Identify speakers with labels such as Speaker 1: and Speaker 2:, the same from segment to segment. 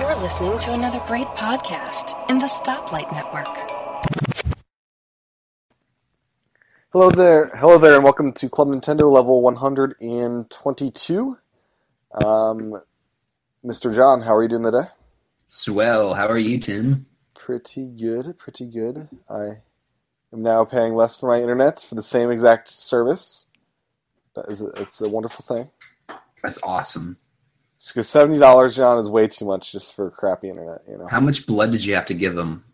Speaker 1: You're listening to another great podcast in the Stoplight Network.
Speaker 2: Hello there, hello there, and welcome to Club Nintendo level 122. Um, Mr. John, how are you doing today?
Speaker 3: Swell. How are you, Tim?
Speaker 2: Pretty good, pretty good. I am now paying less for my internet for the same exact service. That is a, it's a wonderful thing.
Speaker 3: That's awesome.
Speaker 2: Because seventy dollars, John, is way too much just for crappy internet. You know,
Speaker 3: How much blood did you have to give them?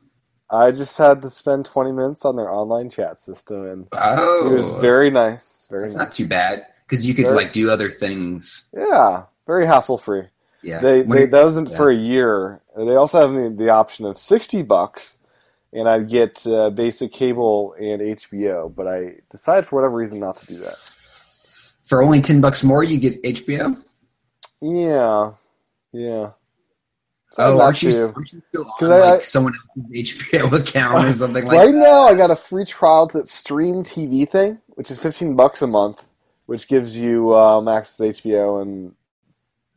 Speaker 2: I just had to spend twenty minutes on their online chat system, and
Speaker 3: Oh,
Speaker 2: it was very nice. Very
Speaker 3: that's
Speaker 2: nice.
Speaker 3: not too bad because you could
Speaker 2: Very-
Speaker 3: like do other things.
Speaker 2: Yeah, very hassle free.
Speaker 3: Yeah,
Speaker 2: They,
Speaker 3: When
Speaker 2: they
Speaker 3: you're-
Speaker 2: that wasn't
Speaker 3: yeah.
Speaker 2: for a year. They also have the, the option of sixty bucks, and I'd get uh, basic cable and HBO. But I decided for whatever reason not to do that.
Speaker 3: for only ten bucks more, you get HBO.
Speaker 2: Yeah, yeah.
Speaker 3: oh,
Speaker 2: not
Speaker 3: aren't you,
Speaker 2: to.
Speaker 3: aren't you still on
Speaker 2: 'Cause I-
Speaker 3: like someone else's HBO account or something like
Speaker 2: right
Speaker 3: that?
Speaker 2: now, I got a free trial to that Stream TV thing, which is fifteen bucks a month, which gives you um, access to HBO and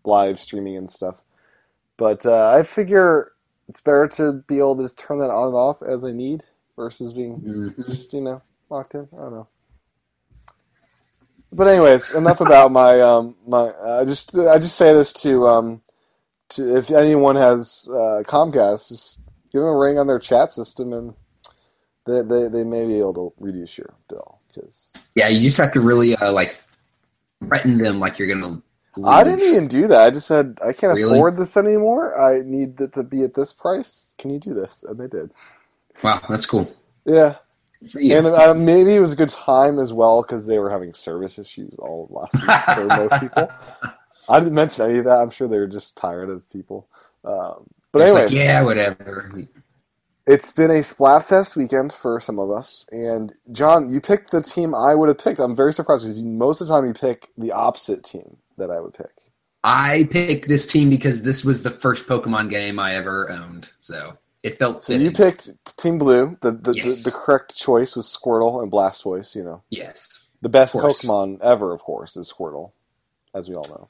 Speaker 2: live streaming and stuff. But uh, I figure it's better to be able to just turn that on and off as I need versus being
Speaker 3: Mhm.
Speaker 2: just you know locked in. I don't know. But anyways, enough about my um my. I just I just say this to um to if anyone has uh, Comcast, just give them a ring on their chat system and they they, they may be able to reduce your bill because
Speaker 3: Yeah, you just have to really uh, like threaten them, like you're gonna. Leave.
Speaker 2: I didn't even do that. I just said I can't
Speaker 3: Really?
Speaker 2: afford this anymore. I need it to be at this price. Can you do this? And they did.
Speaker 3: Wow, that's cool.
Speaker 2: Yeah.
Speaker 3: Good For you.
Speaker 2: e- And uh, maybe it was a good time as well because they were having service issues all last week for most people. I didn't mention any of that. I'm sure they were just tired of people. Um, but
Speaker 3: It's
Speaker 2: anyway,
Speaker 3: like, yeah, whatever.
Speaker 2: it's been a Splatfest weekend for some of us. And John, you picked the team I would have picked. I'm very surprised because you, most of the time you pick the opposite team that I would pick.
Speaker 3: I picked this team because this was the first Pokemon game I ever owned, so it felt.
Speaker 2: So you
Speaker 3: fitting.
Speaker 2: picked Team Blue. The the,
Speaker 3: Yes.
Speaker 2: the, the correct choice was Squirtle and Blastoise. You know,
Speaker 3: Yes.
Speaker 2: the best
Speaker 3: Of course.
Speaker 2: Pokemon ever, of course, is Squirtle, as we all know.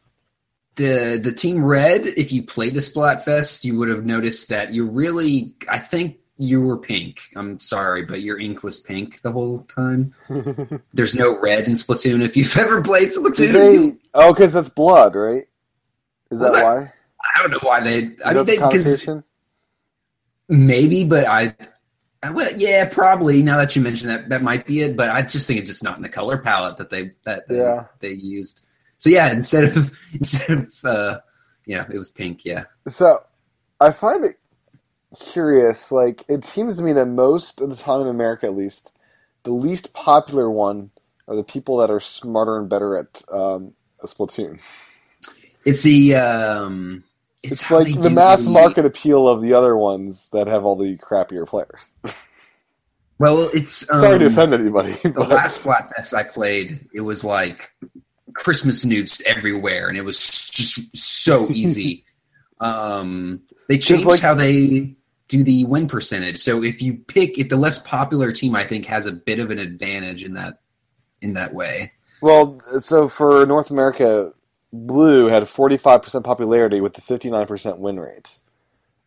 Speaker 3: the the team red if you played the splatfest you would have noticed that you really i think you were pink i'm sorry but your ink was pink the whole time there's no red in splatoon if you've ever played
Speaker 2: Did
Speaker 3: splatoon
Speaker 2: they? Oh, because that's blood, right? Is that
Speaker 3: Well, that-
Speaker 2: why?
Speaker 3: i don't know why they i
Speaker 2: Is
Speaker 3: mean
Speaker 2: that
Speaker 3: they
Speaker 2: the
Speaker 3: 'cause
Speaker 2: connotation?
Speaker 3: maybe but i I- well, yeah, probably. Now that you mention that, that might be it. But I just think it's just not in the color palette that they that they,
Speaker 2: Yeah.
Speaker 3: they used. So yeah, instead of instead of uh, yeah, it was pink. Yeah,
Speaker 2: So, I find it curious. Like, it seems to me that most of the time in America, at least, the least popular one are the people that are smarter and better at um, a Splatoon.
Speaker 3: it's the um,
Speaker 2: It's,
Speaker 3: how they
Speaker 2: like the
Speaker 3: do
Speaker 2: mass market appeal of the other ones that have all the crappier players.
Speaker 3: Well, it's um,
Speaker 2: Sorry to offend anybody,
Speaker 3: The
Speaker 2: but
Speaker 3: last Splatfest I played, it was like Christmas nudes everywhere, and it was just so easy. um, they changed
Speaker 2: like-
Speaker 3: how they do the win percentage. So if you pick, if the less popular team, I think has a bit of an advantage in that in that way.
Speaker 2: Well, so for North America, blue had a 45% popularity with a 59% win rate.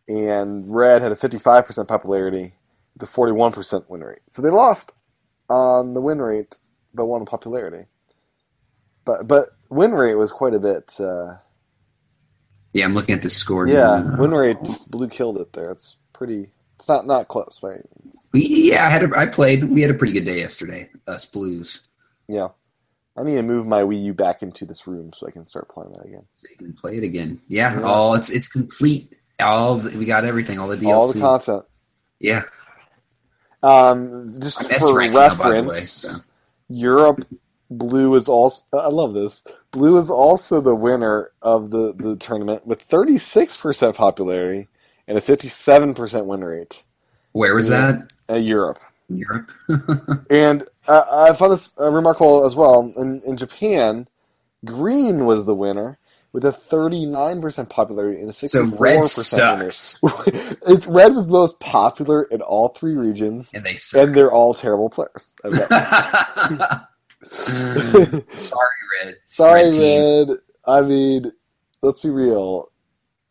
Speaker 2: And red had a 55% popularity with a 41% win rate. So they lost on the win rate, but won on popularity. But but win rate was quite a bit. Uh,
Speaker 3: Yeah, I'm looking at the score.
Speaker 2: yeah,
Speaker 3: now.
Speaker 2: win rate, blue killed it there. It's pretty. It's not, not close, right?
Speaker 3: We, yeah, I had. A, I played. We had a pretty good day yesterday. Us blues.
Speaker 2: Yeah. I need to move my Wii U back into this room so I can start playing that again.
Speaker 3: So you can play it again. Yeah,
Speaker 2: Yeah.
Speaker 3: all it's it's complete. All the, we got everything. All the DLC.
Speaker 2: All the content.
Speaker 3: yeah.
Speaker 2: Um, just
Speaker 3: Our best
Speaker 2: for
Speaker 3: ranking,
Speaker 2: reference,
Speaker 3: by the way, so.
Speaker 2: Europe blue is also. I love this. Blue is also the winner of the the tournament with thirty six percent popularity and a fifty seven percent win rate
Speaker 3: Where was
Speaker 2: Yeah.
Speaker 3: that?
Speaker 2: at Europe.
Speaker 3: Europe.
Speaker 2: And uh, I found this uh, remarkable as well. In in Japan, green was the winner with a thirty nine percent popularity and a
Speaker 3: so
Speaker 2: sixty four
Speaker 3: red
Speaker 2: percent win rate.
Speaker 3: sucks,
Speaker 2: It's red was the most popular in all three regions,
Speaker 3: and they suck.
Speaker 2: and they're all terrible players. I love it.
Speaker 3: Sorry,
Speaker 2: Mm.
Speaker 3: red.
Speaker 2: Sorry,
Speaker 3: team.
Speaker 2: Red. I mean, let's be real.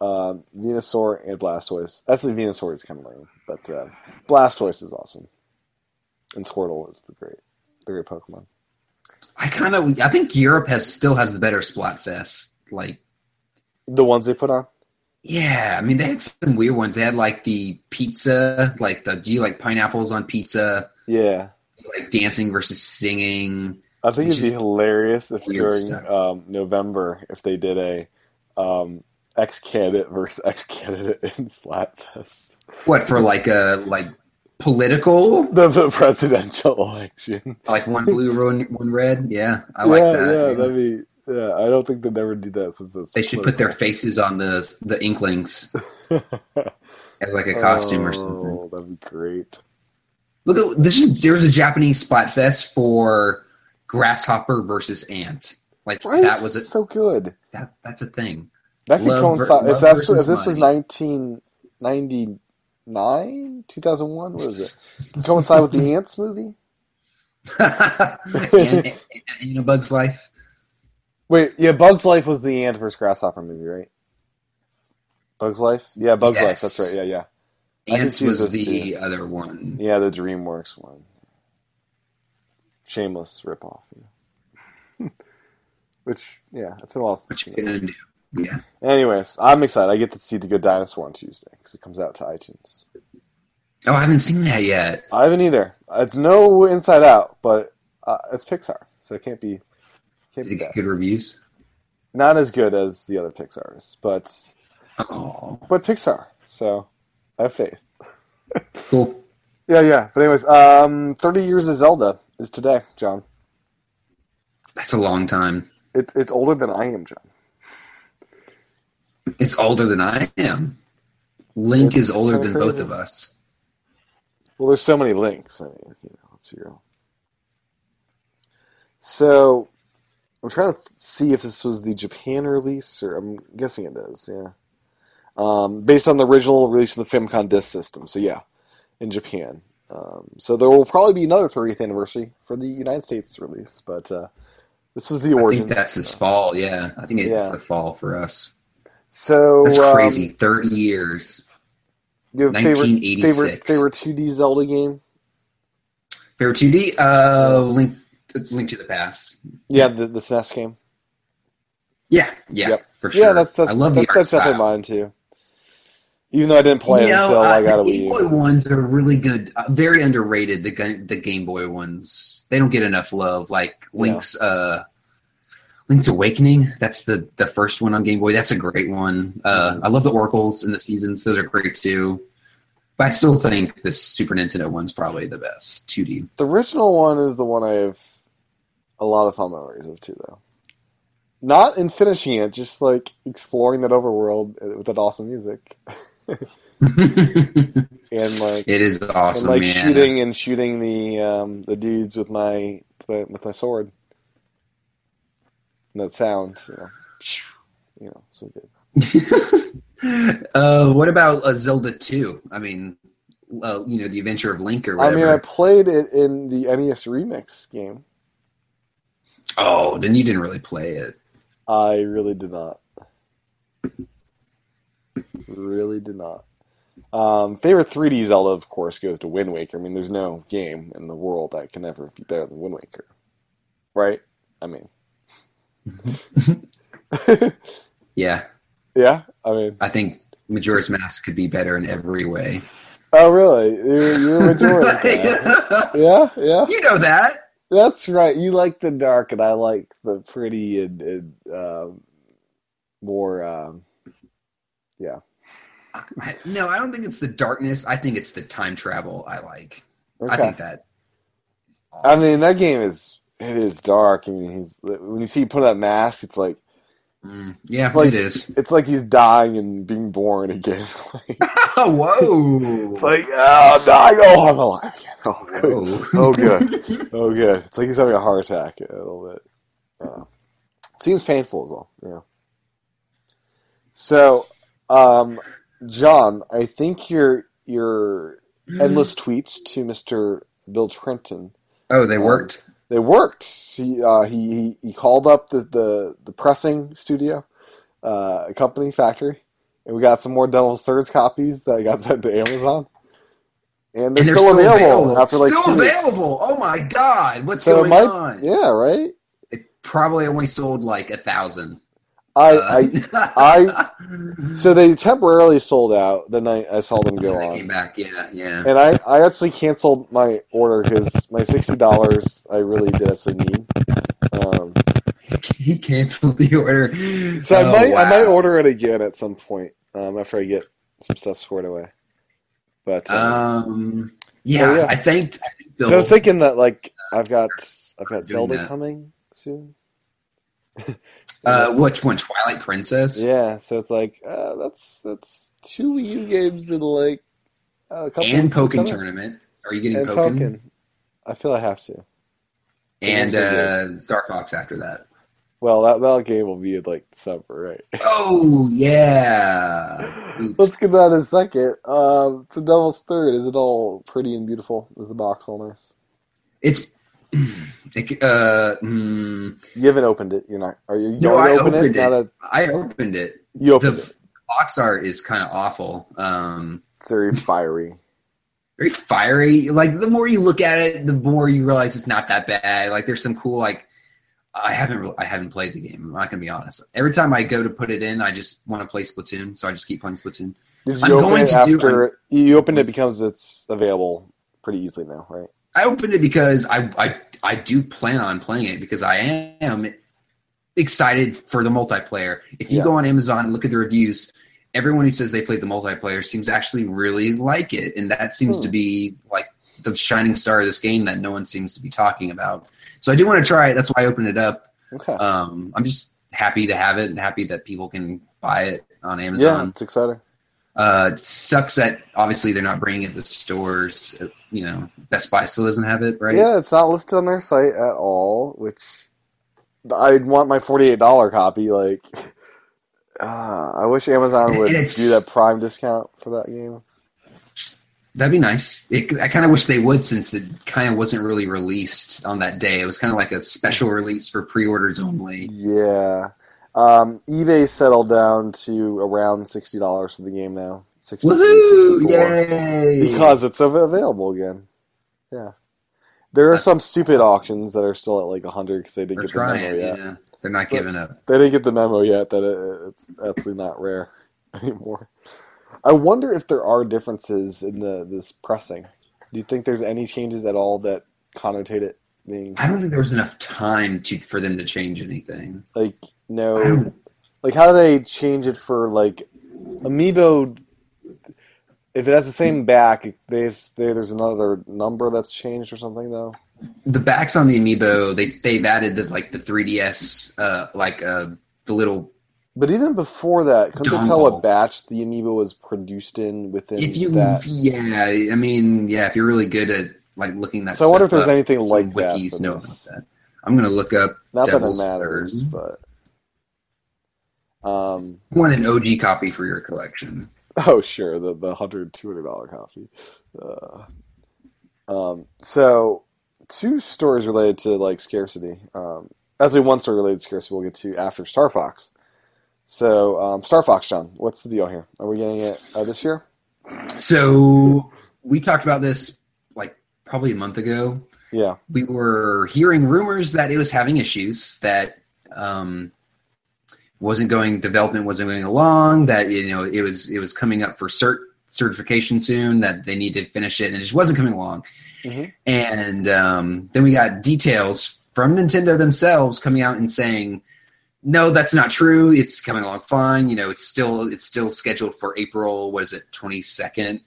Speaker 2: um, Venusaur, and Blastoise. Actually, Venusaur is kind of lame, but uh, Blastoise is awesome, and Squirtle is the great, the great Pokemon.
Speaker 3: I kind of I think Europe has still has the better Splatfest. Like,
Speaker 2: The ones they put on.
Speaker 3: yeah, I mean they had some weird ones. They had like the pizza, like the do you like pineapples on pizza?
Speaker 2: Yeah,
Speaker 3: Like dancing versus singing.
Speaker 2: I think
Speaker 3: It's
Speaker 2: it'd be
Speaker 3: just
Speaker 2: hilarious if
Speaker 3: weird
Speaker 2: during
Speaker 3: stuff.
Speaker 2: um, November if they did a um, ex candidate versus ex candidate in Splatfest.
Speaker 3: What for like a like political?
Speaker 2: The, the presidential election.
Speaker 3: Like one blue, one, one red. Yeah, I like
Speaker 2: yeah,
Speaker 3: that.
Speaker 2: yeah,
Speaker 3: Yeah.
Speaker 2: that'd be. Yeah, I don't think they'd ever do that since it's
Speaker 3: They should put their faces on the the inklings
Speaker 2: political.
Speaker 3: as like a costume or something.
Speaker 2: Oh, that'd be great.
Speaker 3: Look at this is there was a Japanese splatfest for grasshopper versus ant. Like
Speaker 2: Right?
Speaker 3: that was a
Speaker 2: so good.
Speaker 3: that, that's a thing.
Speaker 2: That could
Speaker 3: Love ver-
Speaker 2: coincide. if
Speaker 3: love
Speaker 2: that's if
Speaker 3: versus
Speaker 2: this was
Speaker 3: money.
Speaker 2: 1999, 2001, what is it? coincide with the Ants movie.
Speaker 3: and, and, and a bug's life.
Speaker 2: Wait, yeah, Bug's Life was the Ant versus Grasshopper movie, right? Bug's Life, yeah, Bug's Life.
Speaker 3: Yes.
Speaker 2: That's right. Yeah, yeah, I
Speaker 3: Ants
Speaker 2: confuse those
Speaker 3: was the other one.
Speaker 2: yeah. The DreamWorks one, shameless ripoff. Yeah. Which, yeah, it's been a while since.
Speaker 3: What you
Speaker 2: I've seen it.
Speaker 3: gonna do? Yeah.
Speaker 2: Anyways, I'm excited. I get to see The Good Dinosaur on Tuesday because it comes out to iTunes.
Speaker 3: Oh, I haven't seen that yet.
Speaker 2: I haven't either. It's no Inside Out, but uh, it's Pixar, so it can't be can't
Speaker 3: Did
Speaker 2: be
Speaker 3: it get
Speaker 2: bad.
Speaker 3: good reviews?
Speaker 2: Not as good as the other Pixars, but
Speaker 3: Oh,
Speaker 2: but Pixar. So I have faith.
Speaker 3: cool.
Speaker 2: Yeah, yeah. But anyways, um, thirty years of Zelda is today, John.
Speaker 3: That's a long time.
Speaker 2: It's it's older than I am, John.
Speaker 3: It's older than I am. Link
Speaker 2: It's
Speaker 3: is older
Speaker 2: kinda
Speaker 3: than both
Speaker 2: crazy.
Speaker 3: of us.
Speaker 2: Well, there's so many links. I mean, you know, let's be real. So I'm trying to th- see if this was the Japan release, or I'm guessing it is. Yeah, um, based on the original release of the Famicom Disk System. So yeah, in Japan. Um, so there will probably be another 30th anniversary for the United States release, but uh, this was the
Speaker 3: I
Speaker 2: origin.
Speaker 3: think that's this fall. Yeah, I think it's
Speaker 2: Yeah.
Speaker 3: the fall for us.
Speaker 2: so
Speaker 3: That's
Speaker 2: um,
Speaker 3: crazy. Thirty years.
Speaker 2: you have favorite
Speaker 3: 1986.
Speaker 2: favorite favorite 2D Zelda game?
Speaker 3: Favorite two D. Uh, link, link to the past.
Speaker 2: Yeah, the the SNES game.
Speaker 3: Yeah, yeah,
Speaker 2: Yep.
Speaker 3: for sure.
Speaker 2: Yeah, that's that's
Speaker 3: I love
Speaker 2: that,
Speaker 3: the art
Speaker 2: that's
Speaker 3: style.
Speaker 2: definitely mine too. Even though I didn't play it
Speaker 3: You know,
Speaker 2: until I
Speaker 3: uh,
Speaker 2: got a
Speaker 3: the
Speaker 2: Wii
Speaker 3: Game
Speaker 2: U.
Speaker 3: Boy ones are really good, uh, very underrated. The gun, the Game Boy ones, they don't get enough love. Like
Speaker 2: Yeah.
Speaker 3: Link's, uh, Link's Awakening. That's the the first one on Game Boy. That's a great one. Uh,
Speaker 2: Mm-hmm.
Speaker 3: I love the Oracles and the Seasons. Those are great too. But I still think the Super Nintendo one's probably the best 2D.
Speaker 2: The original one is the one I have a lot of fond memories of too, though. Not in finishing it, just like exploring that overworld uh, with that awesome music
Speaker 3: it
Speaker 2: and like
Speaker 3: is awesome,
Speaker 2: and like
Speaker 3: man.
Speaker 2: shooting and shooting the um, the dudes with my with my sword. And that sound, you know, you know, so good.
Speaker 3: uh, what about uh, Zelda 2? I mean, uh, you know, the Adventure of Link or
Speaker 2: I
Speaker 3: whatever.
Speaker 2: mean, I played it in the NES Remix game.
Speaker 3: oh, then you didn't really play it.
Speaker 2: I really did not. Really did not. Um, favorite 3D Zelda, of course, goes to Wind Waker. I mean, there's no game in the world that can ever be better than Wind Waker, right? I mean,
Speaker 3: Yeah,
Speaker 2: yeah. I mean,
Speaker 3: I think Majora's Mask could be better in every way.
Speaker 2: oh really? You, you enjoy that? Yeah, yeah.
Speaker 3: you know that.
Speaker 2: That's right. You like the dark, and I like the pretty and, and um, more. Um,
Speaker 3: I- No, I don't think it's the darkness. I think it's the time travel I like. I
Speaker 2: okay.
Speaker 3: think that. is
Speaker 2: I
Speaker 3: awesome.
Speaker 2: mean, that game is it is dark. I mean, he's when you see him put on that mask, it's like.
Speaker 3: Mm, yeah,
Speaker 2: It's like-
Speaker 3: it is.
Speaker 2: It's like he's dying and being born again. Like,
Speaker 3: Oh, whoa.
Speaker 2: it's like, oh, I'm dying. Oh, I'm alive again. Oh, good.
Speaker 3: Whoa.
Speaker 2: Oh, good. Oh, good. It's like he's having a heart attack a little bit. Uh, seems painful as well. Yeah. So, um, John, I think your your
Speaker 3: Mm-hmm.
Speaker 2: endless tweets to Mister Bill Trenton
Speaker 3: Oh, they worked.
Speaker 2: they worked. He uh, he he- he called up the the, the pressing studio, uh, company factory, And we got some more Devil's Thirds copies that got sent to Amazon. And they're,
Speaker 3: And they're
Speaker 2: still, available, after like
Speaker 3: still
Speaker 2: two weeks.
Speaker 3: available. Oh my god, what's
Speaker 2: So it
Speaker 3: going
Speaker 2: might,
Speaker 3: on?
Speaker 2: yeah, right.
Speaker 3: It probably only sold like a thousand. Uh,
Speaker 2: I, I
Speaker 3: I,
Speaker 2: So they temporarily sold out the night I saw them go
Speaker 3: came
Speaker 2: on,
Speaker 3: back. Yeah, yeah.
Speaker 2: and I, I actually canceled my order because my sixty dollars I really did actually need. Um,
Speaker 3: he canceled the order.
Speaker 2: so I
Speaker 3: Oh,
Speaker 2: might I
Speaker 3: wow.
Speaker 2: might order it again at some point um, after I get some stuff squared away. But um,
Speaker 3: Um, yeah,
Speaker 2: Oh, yeah.
Speaker 3: I thanked. I think
Speaker 2: so I was
Speaker 3: Bill-
Speaker 2: thinking that like I've got I've got
Speaker 3: Doing
Speaker 2: Zelda
Speaker 3: that.
Speaker 2: coming soon.
Speaker 3: uh,
Speaker 2: That's-
Speaker 3: which one? Twilight Princess.
Speaker 2: Yeah, so it's like uh, that's that's two Wii U games in like a couple
Speaker 3: and
Speaker 2: weeks
Speaker 3: Pokken
Speaker 2: each other.
Speaker 3: tournament. Are you getting
Speaker 2: and
Speaker 3: Pokken?
Speaker 2: Falcon. I feel I have to.
Speaker 3: And
Speaker 2: Yeah,
Speaker 3: uh, Star Fox after that.
Speaker 2: Well, that, that game will be in like December, right?
Speaker 3: Oh yeah. Uh, Oops.
Speaker 2: Let's get that in a second. Um, to Devil's Third, is it all pretty and beautiful? Is the box all nice?
Speaker 3: It's. It, uh, mm,
Speaker 2: You haven't opened it. You're not. Are you going
Speaker 3: No,
Speaker 2: to
Speaker 3: I
Speaker 2: open it,
Speaker 3: opened
Speaker 2: now
Speaker 3: it.
Speaker 2: that
Speaker 3: I opened it.
Speaker 2: you opened
Speaker 3: The
Speaker 2: it?
Speaker 3: box art is kind of awful. Um,
Speaker 2: It's very fiery.
Speaker 3: very fiery. Like the more you look at it, the more you realize it's not that bad. Like there's some cool like I haven't re- I haven't played the game. I'm not gonna be honest. Every time I go to put it in, I just want to play Splatoon, so I just keep playing Splatoon.
Speaker 2: Did you
Speaker 3: I'm
Speaker 2: open
Speaker 3: going
Speaker 2: it
Speaker 3: to do-
Speaker 2: after you opened it because it's available pretty easily now, right?
Speaker 3: I opened it because I I I do plan on playing it because I am excited for the multiplayer. If you
Speaker 2: Yeah.
Speaker 3: go on Amazon and look at the reviews, everyone who says they played the multiplayer seems to actually really like it, and that seems
Speaker 2: Hmm.
Speaker 3: to be like the shining star of this game that no one seems to be talking about. So I do want to try it. That's why I opened it up.
Speaker 2: Okay.
Speaker 3: Um, I'm just happy to have it and happy that people can buy it on
Speaker 2: yeah,
Speaker 3: Amazon.
Speaker 2: it's exciting.
Speaker 3: Uh, it sucks that obviously they're not bringing it to stores. Uh, You know, Best Buy still doesn't have it, right?
Speaker 2: Yeah, it's not listed on their site at all, which I'd want my forty-eight dollar copy. Like, uh, I wish Amazon
Speaker 3: And
Speaker 2: would do
Speaker 3: it's-
Speaker 2: that Prime discount for that game.
Speaker 3: That'd be nice. It, I kind of wish they would, since it kind of wasn't really released on that day. It was kind of like a special release for pre-orders only.
Speaker 2: Yeah, um, eBay settled down to around sixty dollars for the game now. 63,
Speaker 3: Woohoo!
Speaker 2: 64.
Speaker 3: Yay!
Speaker 2: Because it's av- available again. Yeah, there are
Speaker 3: That's
Speaker 2: some stupid auctions that are still at like hundred because they didn't
Speaker 3: they're
Speaker 2: get the
Speaker 3: trying.
Speaker 2: memo
Speaker 3: Yeah.
Speaker 2: yet.
Speaker 3: they're not
Speaker 2: So-
Speaker 3: giving up.
Speaker 2: They didn't get the memo yet that it, it's actually not rare anymore. I wonder if there are differences in the this pressing. Do you think there's any changes at all that connotate it being
Speaker 3: I don't think there was enough time to for them to change anything. Um,
Speaker 2: like
Speaker 3: I
Speaker 2: no
Speaker 3: don't-
Speaker 2: like how do they change it for like amiibo if it has the same back they have, they, there's another number that's changed or something though
Speaker 3: the backs on the amiibo, they they've added the like the 3ds, uh, like uh, the little.
Speaker 2: but even before that couldn't they tell
Speaker 3: Dongle.
Speaker 2: what batch the amiibo was produced in within
Speaker 3: If you,
Speaker 2: that
Speaker 3: yeah, I mean, yeah, if you're really good at like looking that.
Speaker 2: so i wonder if
Speaker 3: stuff
Speaker 2: there's
Speaker 3: up,
Speaker 2: anything
Speaker 3: some
Speaker 2: like that
Speaker 3: wikis
Speaker 2: for
Speaker 3: know
Speaker 2: this.
Speaker 3: about that. I'm gonna look up
Speaker 2: Not
Speaker 3: Devil's
Speaker 2: that it matters,
Speaker 3: Third.
Speaker 2: but um,
Speaker 3: I want an OG copy for your collection.
Speaker 2: oh sure, the the hundred two hundred dollar coffee. Uh, um, so two stories related to like scarcity. Um, actually, one story related to scarcity we'll get to after Star Fox. So um, Star Fox, John, what's the deal here? Are we getting it uh, this year?
Speaker 3: So we talked about this like probably a month ago.
Speaker 2: Yeah,
Speaker 3: We were hearing rumors that it was having issues that um, wasn't going development wasn't going along. That you know it was it was coming up for cert certification soon. That they need to finish it and it just wasn't coming along.
Speaker 2: Mhm.
Speaker 3: And um, then we got details from Nintendo themselves coming out and saying no that's not true it's coming along fine you know it's still it's still scheduled for april what is it 22nd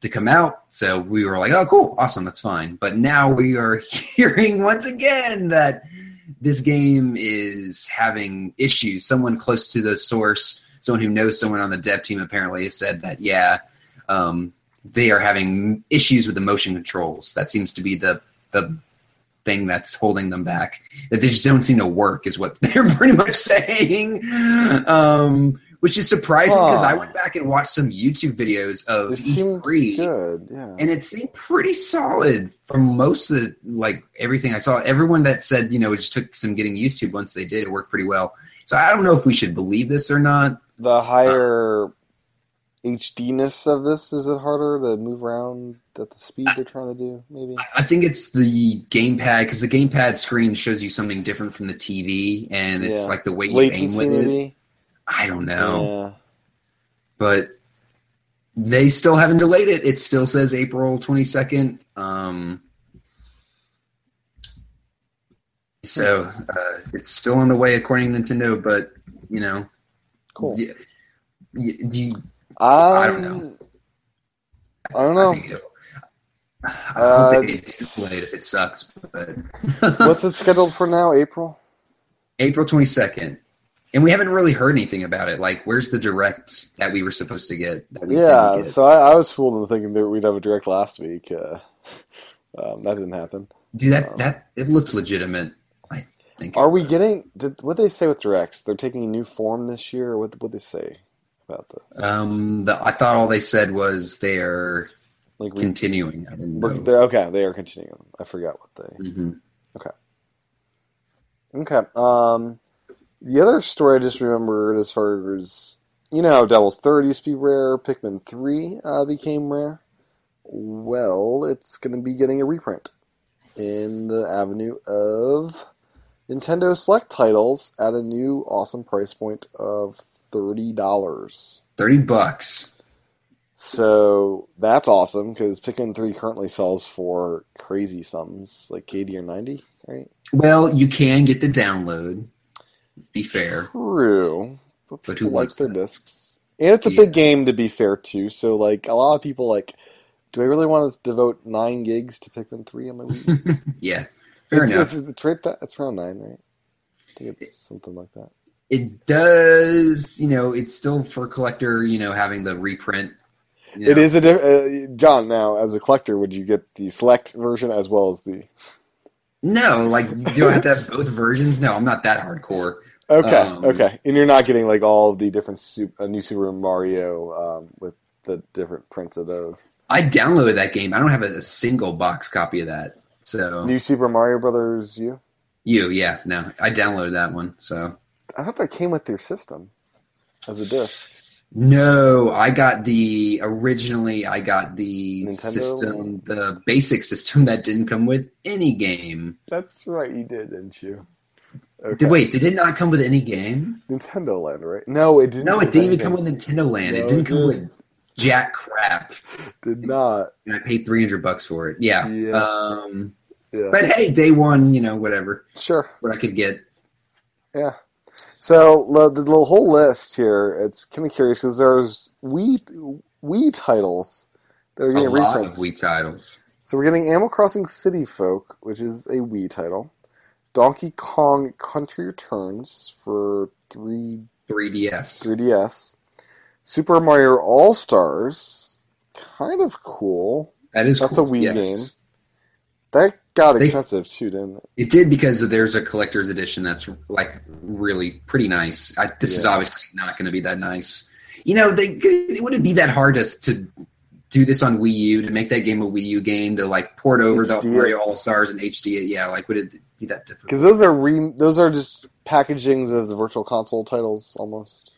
Speaker 3: to come out so we were like oh cool awesome that's fine but now we are hearing once again that this game is having issues someone close to the source someone who knows someone on the dev team apparently has said that yeah um, they are having issues with the motion controls that seems to be the the thing that's holding them back that they just don't seem to work is what they're pretty much saying um, which is surprising because i
Speaker 2: Huh.
Speaker 3: went back and watched some youtube videos of
Speaker 2: it seems
Speaker 3: e3
Speaker 2: good. Yeah,
Speaker 3: and it seemed pretty solid from most of the like everything I saw. Everyone that said, you know, it just took some getting used to. Once they did, it worked pretty well. So I don't know if we should believe this or not.
Speaker 2: the higher HDness of this? Is it harder to move around at the speed they're trying to do? Maybe.
Speaker 3: I think it's the gamepad because the gamepad screen shows you something different from the TV, and it's
Speaker 2: Yeah.
Speaker 3: like the way you aim
Speaker 2: Latency,
Speaker 3: with it.
Speaker 2: maybe.
Speaker 3: I don't know, but they still haven't delayed it. It still says April twenty second. Um, so uh, it's still on the way according to Nintendo, but you know,
Speaker 2: Yeah. Cool.
Speaker 3: y- y- do you-
Speaker 2: I
Speaker 3: don't know.
Speaker 2: I don't
Speaker 3: I
Speaker 2: know.
Speaker 3: think it'll- I
Speaker 2: Uh,
Speaker 3: hope it gets delayed if it sucks, but
Speaker 2: What's it scheduled for now? April.
Speaker 3: April 22nd. And we haven't really heard anything about it. Like, where's the direct that we were supposed to get? That we
Speaker 2: Yeah.
Speaker 3: didn't get?
Speaker 2: So I, I was fooled into thinking that we'd have a direct last week. Uh, um, that didn't happen.
Speaker 3: Dude, that, that, it looked legitimate, I think.
Speaker 2: Are we getting? Did what they say with directs? They're taking a new form this year. or What what they say about this?
Speaker 3: Um, the, I thought all they said was they're
Speaker 2: Like we,
Speaker 3: continuing. I didn't
Speaker 2: we're,
Speaker 3: know.
Speaker 2: they're okay. They are continuing. I forgot what they.
Speaker 3: Mhm.
Speaker 2: Okay. Um, the other story I just remembered as far as you know, how Devil's Third used to be rare. Pikmin Three uh, became rare. Well, it's going to be getting a reprint in the avenue of Nintendo Select titles at a new awesome price point of thirty dollars.
Speaker 3: 30 bucks.
Speaker 2: So that's awesome because Pikmin Three currently sells for crazy sums, like eighty or ninety, right?
Speaker 3: Well, you can get the download. Let's be fair.
Speaker 2: True. But,
Speaker 3: But
Speaker 2: people
Speaker 3: who
Speaker 2: like
Speaker 3: wants
Speaker 2: their
Speaker 3: that?
Speaker 2: discs. And it's a
Speaker 3: Yeah.
Speaker 2: big game to be fair too, so like a lot of people like do I really want to devote nine gigs to Pikmin three on my Wii?
Speaker 3: Yeah, fair
Speaker 2: it's,
Speaker 3: enough.
Speaker 2: It's, it's right that it's around nine, right? I think it's something like that.
Speaker 3: it does, you know, it's still for collector, you know, having the reprint. you
Speaker 2: It
Speaker 3: know.
Speaker 2: is a diff- uh, John. Now, as a collector, would you get the select version as well as the?
Speaker 3: No, like, do I have to have both versions? No, I'm not that hardcore.
Speaker 2: Okay,
Speaker 3: Um,
Speaker 2: okay, and you're not getting like all of the different su- uh, new Super Mario um, with the different prints of those.
Speaker 3: I downloaded that game. I don't have a, a single box copy of that. So
Speaker 2: New Super Mario Brothers U.
Speaker 3: you, yeah, no, I downloaded that one. So
Speaker 2: I thought that came with their system as a disc.
Speaker 3: no, I got the originally. I got the
Speaker 2: Nintendo?
Speaker 3: system, the basic system that didn't come with any game.
Speaker 2: That's right, you did, didn't you? Okay.
Speaker 3: Did, wait, did it not come with any game?
Speaker 2: Nintendo Land, right? No, it didn't.
Speaker 3: No, it didn't even come with Nintendo Land.
Speaker 2: No,
Speaker 3: it didn't
Speaker 2: it
Speaker 3: come
Speaker 2: didn't.
Speaker 3: with jack crap.
Speaker 2: Did not.
Speaker 3: And I paid three hundred bucks for it. Yeah.
Speaker 2: Yeah.
Speaker 3: Um,
Speaker 2: Yeah.
Speaker 3: but hey, day one, you know, whatever,
Speaker 2: Sure.
Speaker 3: what I could get.
Speaker 2: Yeah. So the, the little whole list here, it's kind of curious because there's Wii Wii titles that are
Speaker 3: A
Speaker 2: getting
Speaker 3: lot
Speaker 2: reprints.
Speaker 3: of Wii titles.
Speaker 2: so we're getting Animal Crossing City Folk, which is a Wii title. Donkey Kong Country Returns for three
Speaker 3: 3DS.
Speaker 2: 3DS. Super Mario All Stars, kind of cool.
Speaker 3: That is
Speaker 2: That's
Speaker 3: cool.
Speaker 2: a Wii
Speaker 3: yes.
Speaker 2: game. That got
Speaker 3: They-
Speaker 2: expensive too, didn't it?
Speaker 3: It did because there's a collector's edition that's like really pretty nice. I, this is
Speaker 2: Yeah.
Speaker 3: obviously not going to be that nice. You know, they it wouldn't be that hard to, to do this on Wii U to make that game a Wii U game to like port over the
Speaker 2: HD it.
Speaker 3: Mario All Stars and HD it. Yeah, like would it be that difficult?
Speaker 2: Because those are re- those are just packagings of the Virtual Console titles almost.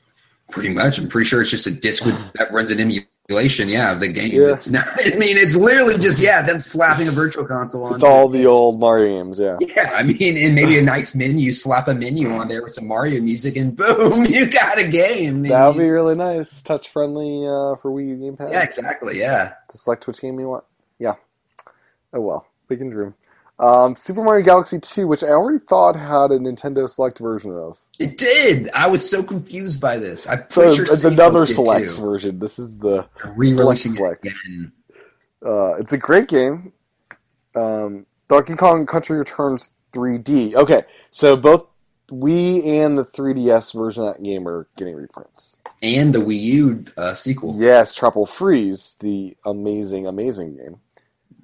Speaker 3: Pretty much. I'm pretty sure it's just a disc with, that runs an emulation. Yeah, of the game.
Speaker 2: Yeah.
Speaker 3: It's not. I mean, it's literally just yeah, them slapping a virtual console on.
Speaker 2: It's all the old Mario games, yeah.
Speaker 3: Yeah, I mean, and maybe a nice menu, slap a menu on there with some Mario music, and boom, you got a game.
Speaker 2: That would be really nice, touch friendly uh, for Wii U gamepad.
Speaker 3: yeah, exactly. Yeah,
Speaker 2: To select which game you want. Yeah. Oh well, we can dream. Um, Super Mario Galaxy 2, which I already thought had a Nintendo Select version of.
Speaker 3: it did. I was so confused by this. I'm
Speaker 2: So
Speaker 3: pretty
Speaker 2: it's,
Speaker 3: sure
Speaker 2: it's
Speaker 3: Sega
Speaker 2: another
Speaker 3: did
Speaker 2: Select
Speaker 3: too.
Speaker 2: version. This is the
Speaker 3: They're re-releasing
Speaker 2: Select,
Speaker 3: it again.
Speaker 2: Uh, it's a great game. Um, Donkey Kong Country Returns 3D. Okay, so both Wii and the 3DS version of that game are getting reprints.
Speaker 3: and the Wii U uh, sequel.
Speaker 2: Yes, Tropical Freeze, the amazing, amazing game.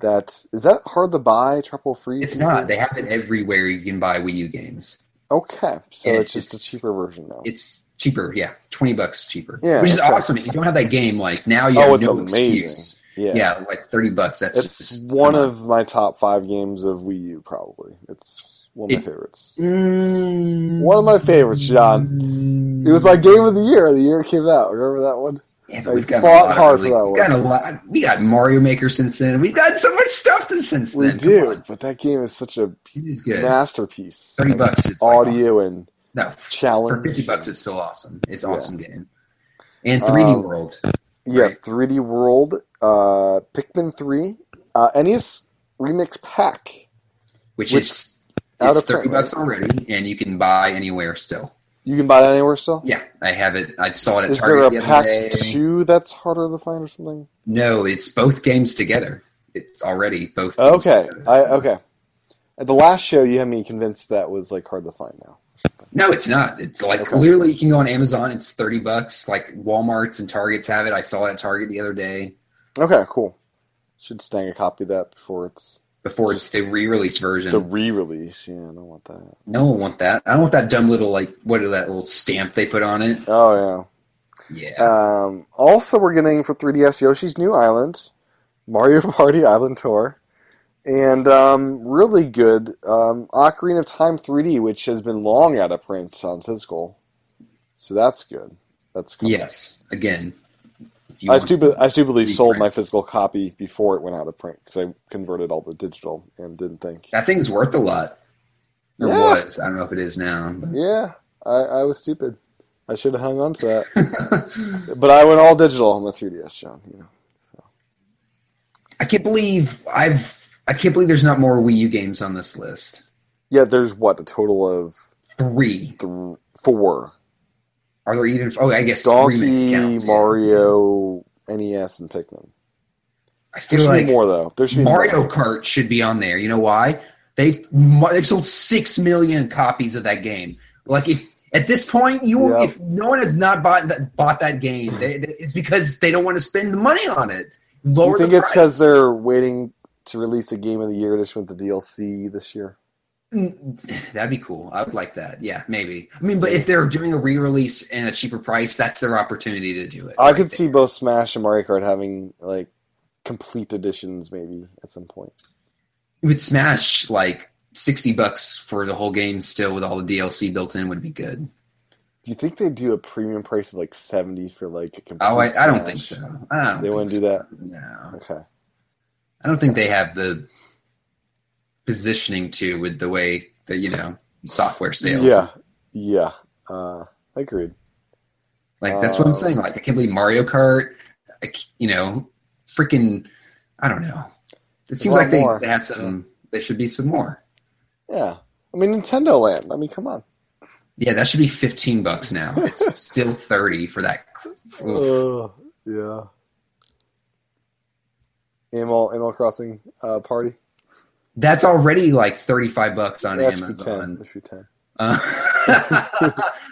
Speaker 2: That is that hard to buy? Tropical Freeze.
Speaker 3: It's not. They have it everywhere you can buy Wii U games.
Speaker 2: okay, so
Speaker 3: Yeah,
Speaker 2: it's,
Speaker 3: it's-
Speaker 2: just a cheaper version now.
Speaker 3: It's cheaper. Yeah, twenty bucks cheaper.
Speaker 2: Yeah,
Speaker 3: which is
Speaker 2: okay.
Speaker 3: awesome. If you don't have that game, like now you
Speaker 2: Oh,
Speaker 3: have
Speaker 2: it's
Speaker 3: no
Speaker 2: amazing.
Speaker 3: excuse.
Speaker 2: yeah,
Speaker 3: Yeah, like thirty bucks. That's
Speaker 2: it's
Speaker 3: just
Speaker 2: one of my top five games of Wii U. Probably, it's one of my
Speaker 3: It-
Speaker 2: favorites.
Speaker 3: Mm.
Speaker 2: One of my favorites, John. It was my game of the year. The year it came out. Remember that one?
Speaker 3: Yeah,
Speaker 2: I
Speaker 3: but we've got
Speaker 2: fought
Speaker 3: a lot
Speaker 2: hard
Speaker 3: of really,
Speaker 2: for that one.
Speaker 3: we've got a lot. We got Mario Maker since then. We've got so much stuff to- since
Speaker 2: We
Speaker 3: then. Come
Speaker 2: do,
Speaker 3: on.
Speaker 2: but that game is such a
Speaker 3: It is good.
Speaker 2: masterpiece.
Speaker 3: Thirty bucks. It's like-
Speaker 2: Audio and
Speaker 3: no, for
Speaker 2: challenge.
Speaker 3: fifty bucks, it's still awesome. It's
Speaker 2: Yeah.
Speaker 3: awesome game. And 3D
Speaker 2: Um,
Speaker 3: World.
Speaker 2: Yeah,
Speaker 3: Right.
Speaker 2: 3D World, uh, Pikmin 3, uh, NES Remix Pack.
Speaker 3: which,
Speaker 2: Which-
Speaker 3: is
Speaker 2: out
Speaker 3: it's
Speaker 2: of print,
Speaker 3: thirty bucks already, and you can buy anywhere still.
Speaker 2: You can buy that anywhere still?
Speaker 3: Yeah, I have it. I saw it at
Speaker 2: Is there
Speaker 3: Target
Speaker 2: a
Speaker 3: the other
Speaker 2: pack
Speaker 3: day.
Speaker 2: 2 that's harder to find or something?
Speaker 3: No, it's both games together. It's already both. games
Speaker 2: Okay.
Speaker 3: together.
Speaker 2: I, okay. At the last show, you had me convinced that was like hard to find now.
Speaker 3: no, it's not. It's like
Speaker 2: Okay.
Speaker 3: literally you can go on Amazon. It's thirty bucks. Like WalMarts and Targets have it. I saw it at Target the other day.
Speaker 2: Okay, cool. Should snag a copy of that before it's
Speaker 3: Before it's the re-release version.
Speaker 2: the re-release. Yeah, I don't want that.
Speaker 3: no one want that. I don't want that dumb little like what is that little stamp they put on it?
Speaker 2: Oh
Speaker 3: Yeah.
Speaker 2: yeah. Um, also, we're getting for 3DS Yoshi's New Island, Mario Party Island Tour, and um, really good um, Ocarina of Time 3D, which has been long out of print on physical. So that's good. That's good.
Speaker 3: yes. Again. if
Speaker 2: I
Speaker 3: you want-
Speaker 2: stupid, I stupidly
Speaker 3: reprint.
Speaker 2: sold my physical copy before it went out of print because I converted all the digital and didn't think.
Speaker 3: That thing's worth a lot. It
Speaker 2: Yeah.
Speaker 3: was. I don't know if it is now. but-
Speaker 2: Yeah, I, I was stupid. I should have hung on to that. But I went all digital on the 3DS, John. You know.
Speaker 3: I can't believe I've. I can't believe there's not more Wii U games on this list.
Speaker 2: Yeah, there's what a total of
Speaker 3: Three.
Speaker 2: th- four:
Speaker 3: Are there even? Oh, I guess remakes
Speaker 2: Donkey,
Speaker 3: counts. yeah.
Speaker 2: Mario, NES, and Pikmin.
Speaker 3: I
Speaker 2: There
Speaker 3: feel
Speaker 2: should
Speaker 3: like
Speaker 2: be more though. There should be
Speaker 3: Mario
Speaker 2: More.
Speaker 3: Kart should be on there. You know why? They've mar- they've sold six million copies of that game. Like if at this point you
Speaker 2: Yeah.
Speaker 3: if no one has not bought that bought that game, they, they- it's because they don't want to spend the money on it.
Speaker 2: Do
Speaker 3: Lower
Speaker 2: you think
Speaker 3: the
Speaker 2: it's because
Speaker 3: price.
Speaker 2: they're waiting to release a Game of the Year edition with the DLC this year?
Speaker 3: Mm, That'd be cool. I would like that. Yeah, maybe. I mean, but if they're doing a re-release and a cheaper price, that's their opportunity to do it.
Speaker 2: I
Speaker 3: right
Speaker 2: could
Speaker 3: there.
Speaker 2: see both Smash and Mario Kart having like complete editions maybe at some point.
Speaker 3: with Smash, like sixty bucks for the whole game, still with all the DLC built in, would be good.
Speaker 2: Do you think they do a premium price of like seventy for like a complete?
Speaker 3: Oh, I, I don't think
Speaker 2: Smash?
Speaker 3: so. I don't
Speaker 2: They
Speaker 3: think
Speaker 2: wouldn't
Speaker 3: so.
Speaker 2: do that.
Speaker 3: No,
Speaker 2: Okay.
Speaker 3: I don't think they have the positioning to with the way that you know software sales.
Speaker 2: Yeah. Yeah. Uh, agreed.
Speaker 3: Like that's what I'm
Speaker 2: Um,
Speaker 3: saying. Like I can't believe Mario Kart. I, c- you know, freaking. I don't know. It seems
Speaker 2: want
Speaker 3: like they,
Speaker 2: more.
Speaker 3: they had some. There should be some more.
Speaker 2: Yeah. I mean, Nintendo Land. I mean, come on.
Speaker 3: Yeah, that should be 15 bucks now. It's still 30 for that. Oof.
Speaker 2: Uh, yeah. Animal Animal Crossing uh, party.
Speaker 3: That's already like 35 bucks on
Speaker 2: Yeah, it should be ten.
Speaker 3: Amazon.
Speaker 2: It should be ten.
Speaker 3: Uh, how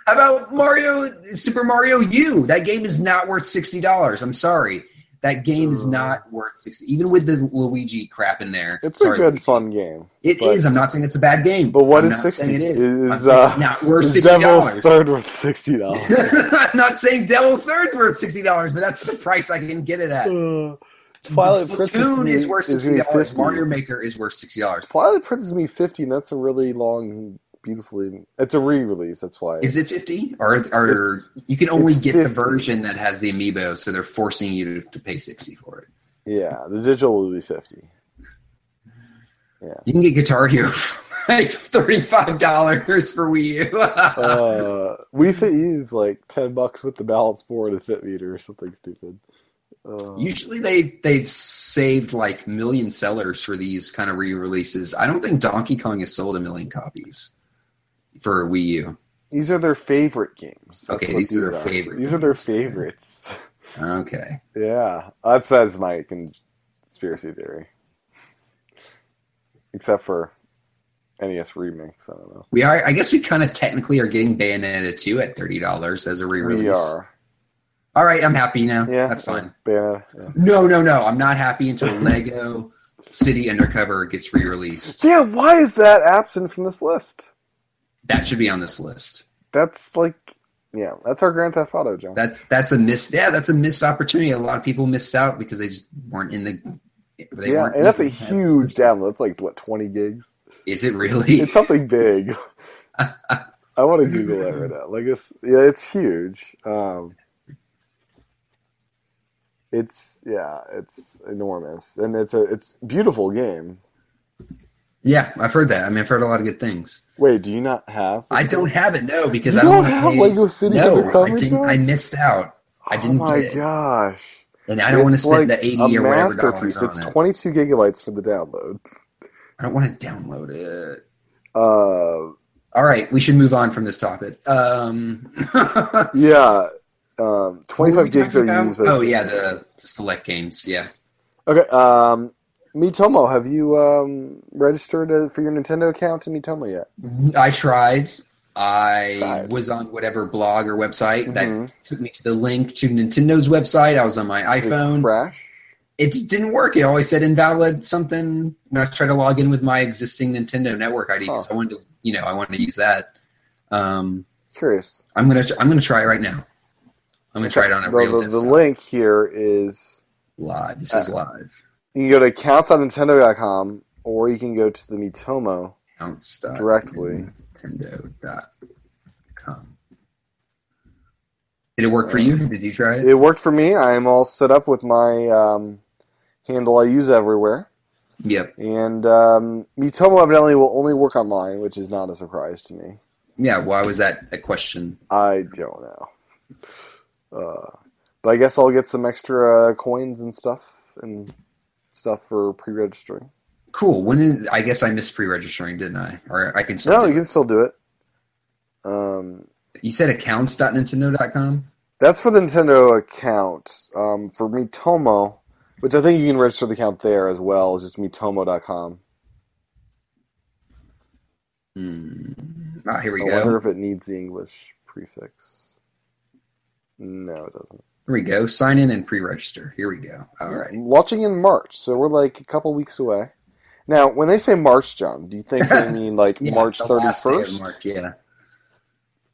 Speaker 3: about Mario Super Mario U? That game is not worth $60. I'm sorry. That game is
Speaker 2: Uh.
Speaker 3: not worth 60 even with the Luigi crap in there.
Speaker 2: It's
Speaker 3: Sorry,
Speaker 2: a good
Speaker 3: Luigi.
Speaker 2: fun game.
Speaker 3: It
Speaker 2: but-
Speaker 3: is. I'm not saying it's a bad game.
Speaker 2: But what
Speaker 3: I'm
Speaker 2: is
Speaker 3: not saying
Speaker 2: 60?
Speaker 3: It is. I'm
Speaker 2: Is,
Speaker 3: saying
Speaker 2: uh,
Speaker 3: it's not worth
Speaker 2: It's
Speaker 3: $60.
Speaker 2: Devil's Third worth sixty dollars.
Speaker 3: I'm not saying Devil's Third's worth $60, but that's the price I can get it at.
Speaker 2: Uh, Twilight
Speaker 3: Splatoon
Speaker 2: Princess to me
Speaker 3: is worth
Speaker 2: gonna
Speaker 3: sixty
Speaker 2: be
Speaker 3: dollars.
Speaker 2: 50.
Speaker 3: Mario Maker is worth sixty dollars.
Speaker 2: Twilight Princess is gonna be fifty, and that's a really long, beautifully. It's a re-release. That's why.
Speaker 3: Is it fifty? Or or
Speaker 2: It's-
Speaker 3: you can only
Speaker 2: it's
Speaker 3: get the
Speaker 2: 50.
Speaker 3: version that has the amiibo, so they're forcing you to pay sixty for it.
Speaker 2: Yeah, the digital will be fifty.
Speaker 3: You can get Guitar Hero for like thirty five dollars for Wii U.
Speaker 2: Uh, we fit use like ten bucks with the balance board and fit meter or something stupid. Uh,
Speaker 3: Usually they they've saved like million sellers for these kind of re releases. I don't think Donkey Kong has sold a million copies for Wii U.
Speaker 2: these are their favorite games. That's
Speaker 3: Okay,
Speaker 2: what
Speaker 3: these are their favorite
Speaker 2: These are their favorites.
Speaker 3: Okay.
Speaker 2: yeah, that's that's my conspiracy theory. Except for NES remix, I don't know.
Speaker 3: We are I guess we kinda technically are getting Bayonetta two at thirty dollars as a re release.
Speaker 2: We are.
Speaker 3: All right, I'm happy now.
Speaker 2: Yeah,
Speaker 3: that's fine.
Speaker 2: Banana. Yeah.
Speaker 3: No, no, no, I'm not happy until Lego City Undercover gets re-released.
Speaker 2: yeah, why is that absent from this list?
Speaker 3: That should be on this list.
Speaker 2: That's like, yeah, that's our Grand Theft Auto, John.
Speaker 3: That's that's a missed. Yeah, that's a missed opportunity. A lot of people missed out because they just weren't in the. They
Speaker 2: yeah,
Speaker 3: weren't
Speaker 2: and that's a
Speaker 3: in the
Speaker 2: huge
Speaker 3: system.
Speaker 2: download. It's like what twenty gigs.
Speaker 3: Is it really?
Speaker 2: It's something big. I want to Google that right now. Like it's yeah, it's huge. Um, It's yeah, it's enormous, and it's a it's beautiful game.
Speaker 3: Yeah, I've heard that. I mean, I've heard a lot of good things.
Speaker 2: Wait, do you not have?
Speaker 3: I don't have it no because
Speaker 2: You
Speaker 3: I don't,
Speaker 2: don't
Speaker 3: wanna
Speaker 2: have
Speaker 3: pay-
Speaker 2: Lego City
Speaker 3: No, I
Speaker 2: Undercover
Speaker 3: didn't.
Speaker 2: Zone?
Speaker 3: I missed out, I didn't
Speaker 2: Oh my
Speaker 3: get it.
Speaker 2: gosh!
Speaker 3: and I don't want to
Speaker 2: It's
Speaker 3: spend
Speaker 2: like
Speaker 3: the eighty
Speaker 2: a
Speaker 3: or whatever dollars
Speaker 2: masterpiece.
Speaker 3: on
Speaker 2: It's
Speaker 3: it.
Speaker 2: twenty two gigabytes for the download.
Speaker 3: I don't want to download it.
Speaker 2: Uh,
Speaker 3: All right, we should move on from this topic. Um, what
Speaker 2: yeah, um, twenty
Speaker 3: were we
Speaker 2: five gigs are
Speaker 3: talking about?
Speaker 2: used. by the
Speaker 3: Oh yeah,
Speaker 2: system.
Speaker 3: the select games. Yeah,
Speaker 2: Okay. Um, Mitomo, have you um, registered uh, for your Nintendo account to Mitomo yet?
Speaker 3: I tried. I
Speaker 2: Tried.
Speaker 3: was on whatever blog or website
Speaker 2: Mhm.
Speaker 3: that took me to the link to Nintendo's website. I was on my
Speaker 2: Did it
Speaker 3: iPhone.
Speaker 2: crash.
Speaker 3: it just didn't work. It always said invalid something. When I tried to log in with my existing Nintendo network ID, because
Speaker 2: Huh.
Speaker 3: I wanted to, you know, I wanted to use that. Um,
Speaker 2: Curious.
Speaker 3: I'm gonna, I'm gonna try it right now. I'm gonna try it on a
Speaker 2: the,
Speaker 3: real
Speaker 2: the, the
Speaker 3: desktop.
Speaker 2: link here is
Speaker 3: live. This is
Speaker 2: Uh,
Speaker 3: live.
Speaker 2: you can go to accounts.nintendo.com or you can go to the Mitomo.
Speaker 3: Counts
Speaker 2: Directly.
Speaker 3: Nintendo.com. Did it work for you? Did you try it?
Speaker 2: Uh, It worked for me. I am all set up with my um, handle I use everywhere.
Speaker 3: Yep.
Speaker 2: And um, Mitomo evidently will only work online, which is not a surprise to me.
Speaker 3: Yeah. Why was that a question?
Speaker 2: I don't know. Uh, but I guess I'll get some extra uh, coins and stuff and stuff for pre-registering.
Speaker 3: Cool. When did, I guess I missed pre-registering, didn't I? Or I can still.
Speaker 2: No,
Speaker 3: do
Speaker 2: you
Speaker 3: it.
Speaker 2: can still do it. Um,
Speaker 3: you said accounts.nintendo.com.
Speaker 2: that's for the Nintendo account. Um, for Mitomo, which I think you can register the account there as well. It's just mitomo.com.
Speaker 3: Hmm. Ah, here we
Speaker 2: I
Speaker 3: go.
Speaker 2: wonder if it needs the English prefix. No, it doesn't.
Speaker 3: Here we go. Sign in and pre-register. Here we go. All
Speaker 2: Yeah,
Speaker 3: right.
Speaker 2: Launching in March, so we're like a couple weeks away. Now, when they say March, John, do you think they mean like
Speaker 3: Yeah,
Speaker 2: March
Speaker 3: the last day of
Speaker 2: 31st?
Speaker 3: March, yeah.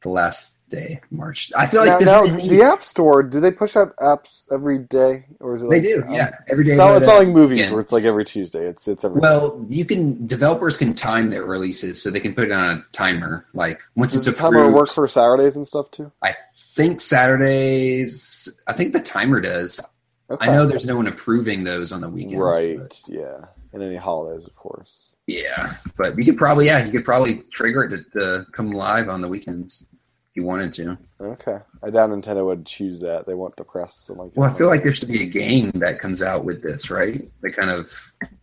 Speaker 3: The last day of March. I feel like
Speaker 2: now,
Speaker 3: this.
Speaker 2: now,
Speaker 3: is
Speaker 2: the App Store, do they push out apps every day? or is it
Speaker 3: they
Speaker 2: like,
Speaker 3: do.
Speaker 2: um,
Speaker 3: Yeah. Every day.
Speaker 2: It's, all,
Speaker 3: by
Speaker 2: it's
Speaker 3: the-
Speaker 2: not like movies where
Speaker 3: weekends.
Speaker 2: it's like every Tuesday. It's it's every
Speaker 3: Well, you can. Developers can time their releases, so they can put it on a timer. Like once
Speaker 2: Does
Speaker 3: it's
Speaker 2: the timer
Speaker 3: approved,
Speaker 2: work for Saturdays and stuff too?
Speaker 3: I think Saturdays. I think the timer does.
Speaker 2: Okay.
Speaker 3: I know there's no one approving those on the weekends.
Speaker 2: Right,
Speaker 3: but-
Speaker 2: yeah. And any holidays, of course.
Speaker 3: yeah, but you could probably yeah, you could probably trigger it to, to come live on the weekends if you wanted to.
Speaker 2: Okay. I doubt Nintendo would choose that. They want the press and like
Speaker 3: Well, I feel like there should be a game that comes out with this, right? That kind of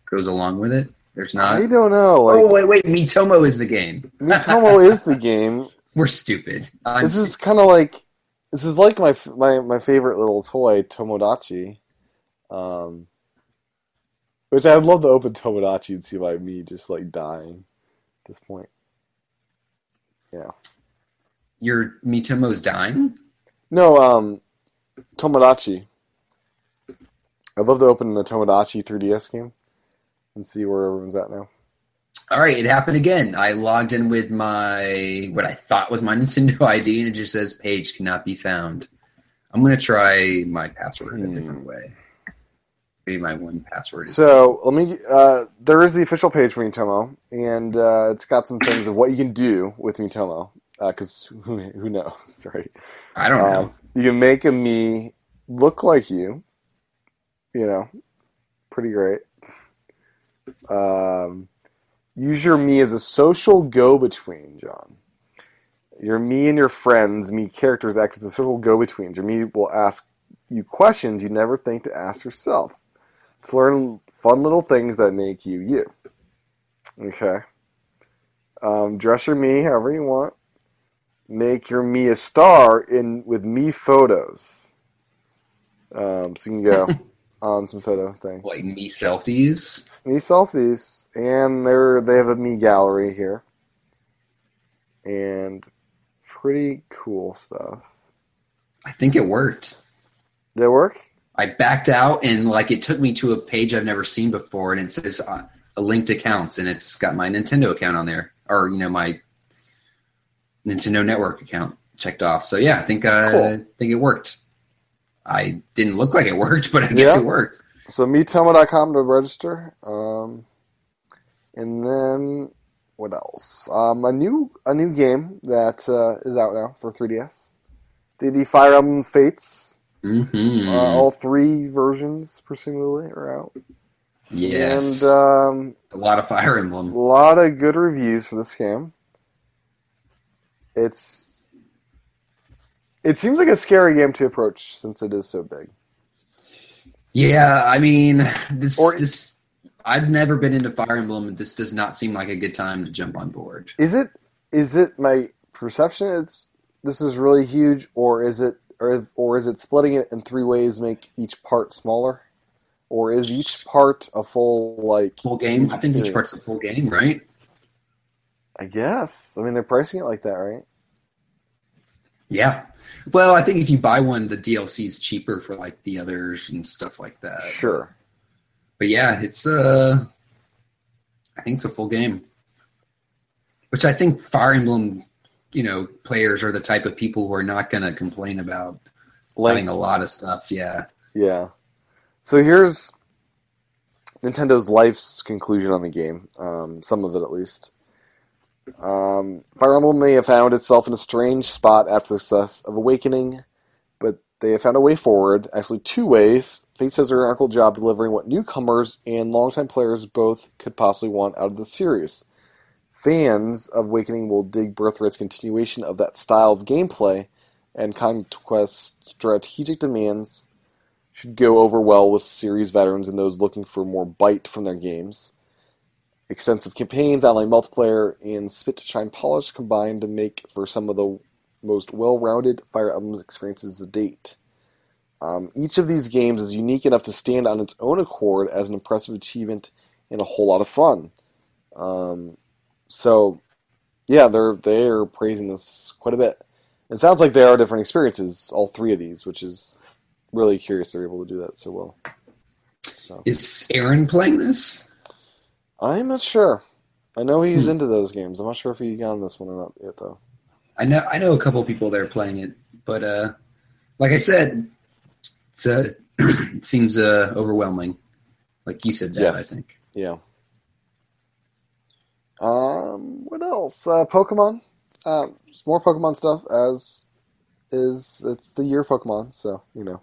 Speaker 3: goes along with it. There's not.
Speaker 2: I don't know.
Speaker 3: oh
Speaker 2: Like
Speaker 3: wait, wait. Mitomo is the game.
Speaker 2: Mitomo is the game.
Speaker 3: We're stupid. I'm
Speaker 2: This is kind of like this is like my f- my my favorite little toy Tomodachi, um, which I'd love to open Tomodachi and see my me just like dying at this point.
Speaker 3: your Mitomo's dying.
Speaker 2: No, um, Tomodachi. I'd love to open the Tomodachi 3DS game and see where everyone's at now.
Speaker 3: All right, it happened again. I logged in with my what I thought was my Nintendo ID, and it just says page cannot be found. I'm gonna try my password a
Speaker 2: Hmm.
Speaker 3: different way. Maybe my one password. Is,
Speaker 2: So let me. Uh, there is the official page for Mitomo, and uh, it's got some things of what you can do with Mitomo. Because who, who knows, right?
Speaker 3: I don't know.
Speaker 2: Um, you can make a me look like you. You know, pretty great. Um, use your me as a social go-between, John. Your me and your friends, me characters act as a social go-between. Your me will ask you questions you never think to ask yourself. To learn fun little things that make you you. Okay. Um, dress your me however you want make your me a star in with me photos. Um, so you can go on some photo thing.
Speaker 3: Like me selfies.
Speaker 2: Me selfies, and they're they have a me gallery here, and pretty cool stuff.
Speaker 3: I think it worked.
Speaker 2: Did it work?
Speaker 3: I backed out, and like it took me to a page I've never seen before, and it says uh, a linked accounts, and it's got my Nintendo account on there, or you know my Nintendo Network account checked off. So yeah, I think uh,
Speaker 2: Cool.
Speaker 3: I think it worked. I didn't look like it worked, but I guess
Speaker 2: Yeah.
Speaker 3: it worked.
Speaker 2: So meetomo.com to register, um, and then what else? Um, a new a new game that uh, is out now for 3ds, the, the Fire Emblem Fates
Speaker 3: Mm-hmm.
Speaker 2: Uh, all three versions, presumably, are out.
Speaker 3: yes.
Speaker 2: And um,
Speaker 3: a lot of Fire
Speaker 2: a
Speaker 3: Emblem.
Speaker 2: lot of good reviews for this game. It's. It seems like a scary game to approach since it is so big.
Speaker 3: Yeah, I mean, this
Speaker 2: Or-
Speaker 3: this I've never been into Fire Emblem. and This does not seem like a good time to jump on board.
Speaker 2: Is it? Is it my perception? It's this is really huge, or is it, or or is it splitting it in three ways make each part smaller, or is each part a full like?
Speaker 3: Full game. I think each part's a full game, right?
Speaker 2: I guess. I mean, they're pricing it like that, right?
Speaker 3: Yeah. Well, I think if you buy one, the DLC is cheaper for like the others and stuff like that.
Speaker 2: Sure.
Speaker 3: But yeah, it's uh I think it's a full game. Which I think Fire Emblem, you know, players are the type of people who are not gonna complain about
Speaker 2: Like,
Speaker 3: having a lot of stuff, yeah.
Speaker 2: Yeah. So here's Nintendo's life's conclusion on the game, um, some of it at least. Um, Fire Emblem may have found itself in a strange spot after the success of Awakening, but they have found a way forward, actually, two ways. Fate says their uncle job delivering what newcomers and longtime players both could possibly want out of the series. Fans of Awakening will dig Birthright's continuation of that style of gameplay and Conquest's strategic demands should go over well with series veterans and those looking for more bite from their games. Extensive campaigns, online multiplayer, and spit to shine polish combine to make for some of the most well-rounded Fire Emblem experiences to date. Um, each of these games is unique enough to stand on its own accord as an impressive achievement and a whole lot of fun. Um, so, yeah, they're they are praising this quite a bit. It sounds like they are different experiences, all three of these, which is really curious they're able to do that so well. So
Speaker 3: Is Aaron playing this?
Speaker 2: I'm not sure. I know he's
Speaker 3: Hmm.
Speaker 2: into those games. I'm not sure if he got on this one or not yet, though.
Speaker 3: I know I know a couple people that are playing it, but uh like I said, it's uh it seems uh overwhelming. Like you said that,
Speaker 2: Yes.
Speaker 3: I think.
Speaker 2: Yeah. Um, what else? Uh, Pokemon. Uh, some more Pokemon stuff. As is, it's the year of Pokemon, so you know.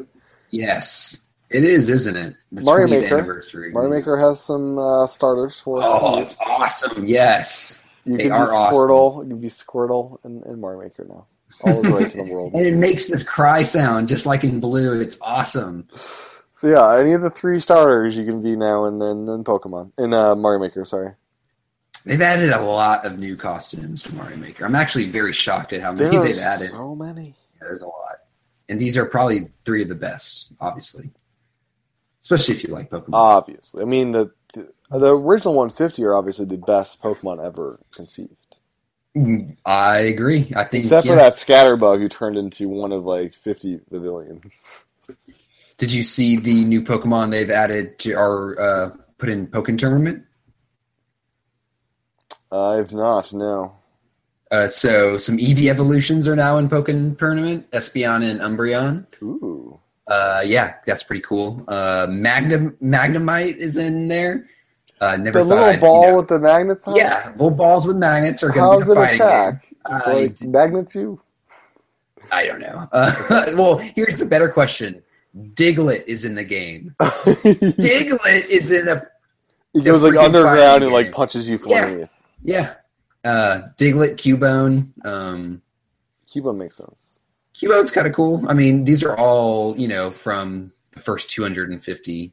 Speaker 3: Yes. It is, isn't it? The
Speaker 2: Mario
Speaker 3: 20th
Speaker 2: Maker.
Speaker 3: anniversary.
Speaker 2: Mario Maker has some uh, starters for us to
Speaker 3: Oh,
Speaker 2: use.
Speaker 3: it's awesome. Yes.
Speaker 2: You
Speaker 3: They
Speaker 2: can be
Speaker 3: are awesome.
Speaker 2: Squirtle. You can be Squirtle and, and Mario Maker now. All the way to the world.
Speaker 3: And it makes this cry sound just like in blue. It's awesome.
Speaker 2: So yeah, any of the three starters you can be now and then in, in Pokemon in uh, Mario Maker. Sorry,
Speaker 3: They've added a lot of new costumes to Mario Maker. I'm actually very shocked at how
Speaker 2: there
Speaker 3: many
Speaker 2: are
Speaker 3: they've added.
Speaker 2: so many.
Speaker 3: Yeah, there's a lot. And these are probably three of the best, obviously. Especially if you like
Speaker 2: Uh,
Speaker 3: Pokemon.
Speaker 2: Obviously, I mean the the, the original 150 are obviously the best Pokemon ever conceived,
Speaker 3: Mm, I agree. I think
Speaker 2: except
Speaker 3: yeah.
Speaker 2: for that Scatterbug who turned into one of like 50 pavilions.
Speaker 3: Did you see the new Pokemon they've added to our uh, put in Pokemon tournament?
Speaker 2: I've not no.
Speaker 3: Uh, so some EV evolutions are now in Pokemon tournament. Espeon and Umbreon.
Speaker 2: Ooh,
Speaker 3: Uh, yeah, that's pretty cool. Uh, Magnum Magnemite is in there. Uh, never
Speaker 2: the
Speaker 3: thought
Speaker 2: little
Speaker 3: I'd,
Speaker 2: ball
Speaker 3: you know-
Speaker 2: with the magnets on. it?
Speaker 3: yeah, little balls with magnets are going
Speaker 2: How's
Speaker 3: to be
Speaker 2: it
Speaker 3: a fighting Uh,
Speaker 2: attack?
Speaker 3: game. I,
Speaker 2: Like magnitude?
Speaker 3: I don't know. Uh, well, here's the better question. Diglett is in the game.
Speaker 2: it
Speaker 3: Diglett is in a
Speaker 2: goes like
Speaker 3: freaking
Speaker 2: underground
Speaker 3: fighting
Speaker 2: and like
Speaker 3: game.
Speaker 2: punches you for
Speaker 3: Yeah.
Speaker 2: yeah.
Speaker 3: yeah. Uh, Diglett, Cubone. Um,
Speaker 2: Cuba makes sense.
Speaker 3: Cubone's kind of cool. I mean, these are all you know from the first 250.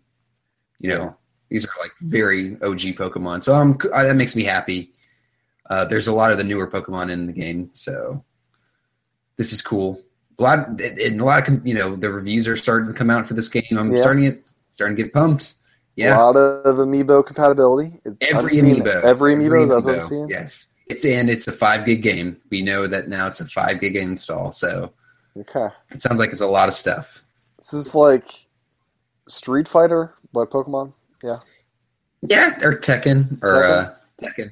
Speaker 3: You know,
Speaker 2: Yeah.
Speaker 3: these are like very OG Pokemon, so I'm uh, that makes me happy. Uh, there's a lot of the newer Pokemon in the game, so this is cool. A lot and a lot of you know the reviews are starting to come out for this game. I'm
Speaker 2: Yeah.
Speaker 3: starting it, starting to get pumped.
Speaker 2: A
Speaker 3: Yeah,
Speaker 2: lot of amiibo compatibility. It- I'm
Speaker 3: every
Speaker 2: seeing
Speaker 3: amiibo,
Speaker 2: Every amiibo, that's what I'm
Speaker 3: Amiibo,
Speaker 2: seeing.
Speaker 3: Yes, it's and it's a five gig game. We know that now it's a five gig install, so
Speaker 2: Okay.
Speaker 3: it sounds like it's a lot of stuff.
Speaker 2: This is like Street Fighter, but Pokemon.
Speaker 3: Yeah, or Tekken or uh, Tekken.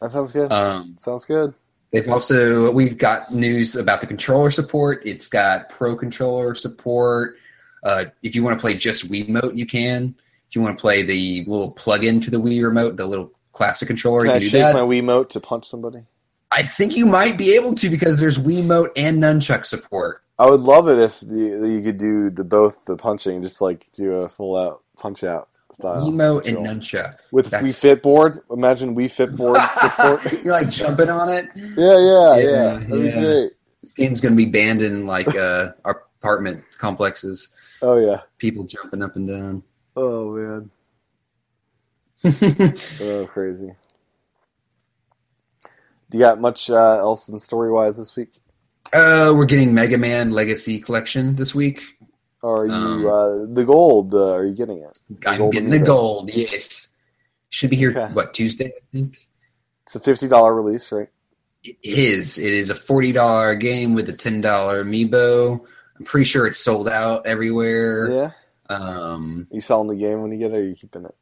Speaker 2: That sounds good.
Speaker 3: Uh, Tekken. Um,
Speaker 2: sounds good.
Speaker 3: they've also we've got news about the controller support. It's got pro controller support. Uh, if you want to play just Wii Wiimote, you can. If you want to play the little plug-in to the Wii remote, the little classic controller,
Speaker 2: Can I
Speaker 3: you can
Speaker 2: shake
Speaker 3: do that.
Speaker 2: my Wiimote to punch somebody?
Speaker 3: I think you might be able to because there's Wiimote and nunchuck support.
Speaker 2: I would love it if you, you could do the both the punching, just like do a full out punch out style
Speaker 3: Nemo and
Speaker 2: control.
Speaker 3: nunchuck
Speaker 2: with
Speaker 3: That's-
Speaker 2: Wii Fit board. Imagine Wii Fit board support.
Speaker 3: You're like jumping on it.
Speaker 2: yeah, yeah, yeah.
Speaker 3: Yeah,
Speaker 2: That'd be
Speaker 3: yeah.
Speaker 2: great.
Speaker 3: This game's gonna be banned in like uh, apartment complexes.
Speaker 2: Oh yeah.
Speaker 3: People jumping up and down.
Speaker 2: Oh man. Oh crazy. Do you got much uh, else in story wise this week?
Speaker 3: uh, we're getting Mega Man Legacy Collection this week.
Speaker 2: Or are you
Speaker 3: Um,
Speaker 2: uh, the gold? Uh, are you getting it?
Speaker 3: I'm
Speaker 2: gold
Speaker 3: getting the
Speaker 2: Amiibo.
Speaker 3: gold. Yes, should be here.
Speaker 2: Okay.
Speaker 3: What Tuesday? I think
Speaker 2: It's a fifty dollar release, right?
Speaker 3: it is. It is a forty dollar game with a ten dollar amiibo. I'm pretty sure it's sold out everywhere.
Speaker 2: Yeah.
Speaker 3: Um,
Speaker 2: You selling the game when you get it, or are you keeping it?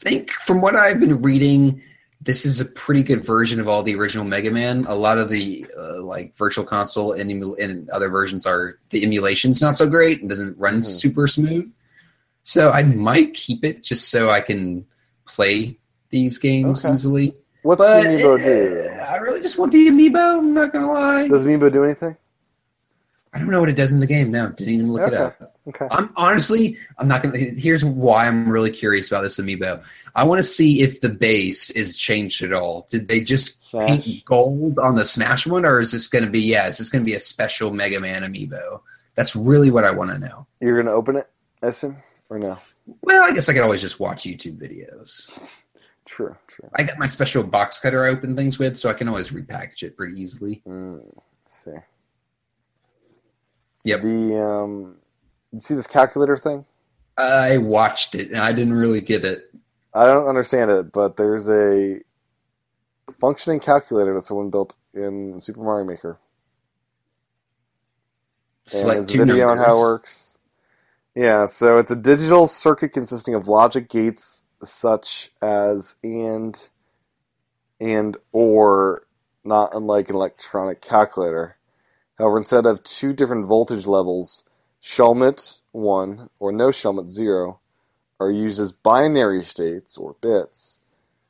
Speaker 3: think from what I've been reading, this is a pretty good version of all the original Mega Man. A lot of the uh, like Virtual Console and, emu- and other versions are the emulation's not so great and doesn't run
Speaker 2: Mhm.
Speaker 3: super smooth. So I might keep it just so I can play these games
Speaker 2: Okay.
Speaker 3: easily.
Speaker 2: What's
Speaker 3: But
Speaker 2: the amiibo
Speaker 3: eh, I really just want the amiibo. I'm not gonna lie.
Speaker 2: do? Does amiibo do anything?
Speaker 3: I don't know what it does in the game. No, didn't even look it
Speaker 2: Okay.
Speaker 3: up.
Speaker 2: Okay.
Speaker 3: I'm honestly, I'm not gonna. Here's why I'm really curious about this amiibo. I want to see if the base is changed at all. Did they just
Speaker 2: Smash.
Speaker 3: paint gold on the Smash one, or is this gonna be? Yeah, is this gonna be a special Mega Man amiibo? That's really what I want to know.
Speaker 2: You're gonna open it, I assume, or no?
Speaker 3: Well, I guess I could always just watch YouTube videos.
Speaker 2: True. True.
Speaker 3: I got my special box cutter I open things with, so I can always repackage it pretty easily.
Speaker 2: Mm, let's see.
Speaker 3: Yep.
Speaker 2: The um, you see this calculator thing?
Speaker 3: I watched it and I didn't really get it.
Speaker 2: I don't understand it, but there's a functioning calculator that someone built in Super Mario Maker. And
Speaker 3: Select
Speaker 2: there's a
Speaker 3: two
Speaker 2: video on how it
Speaker 3: numbers.
Speaker 2: works. Yeah, so it's a digital circuit consisting of logic gates such as and and or not unlike an electronic calculator. However, instead of two different voltage levels, Shelmet 1 or no Shelmet 0 are used as binary states or bits.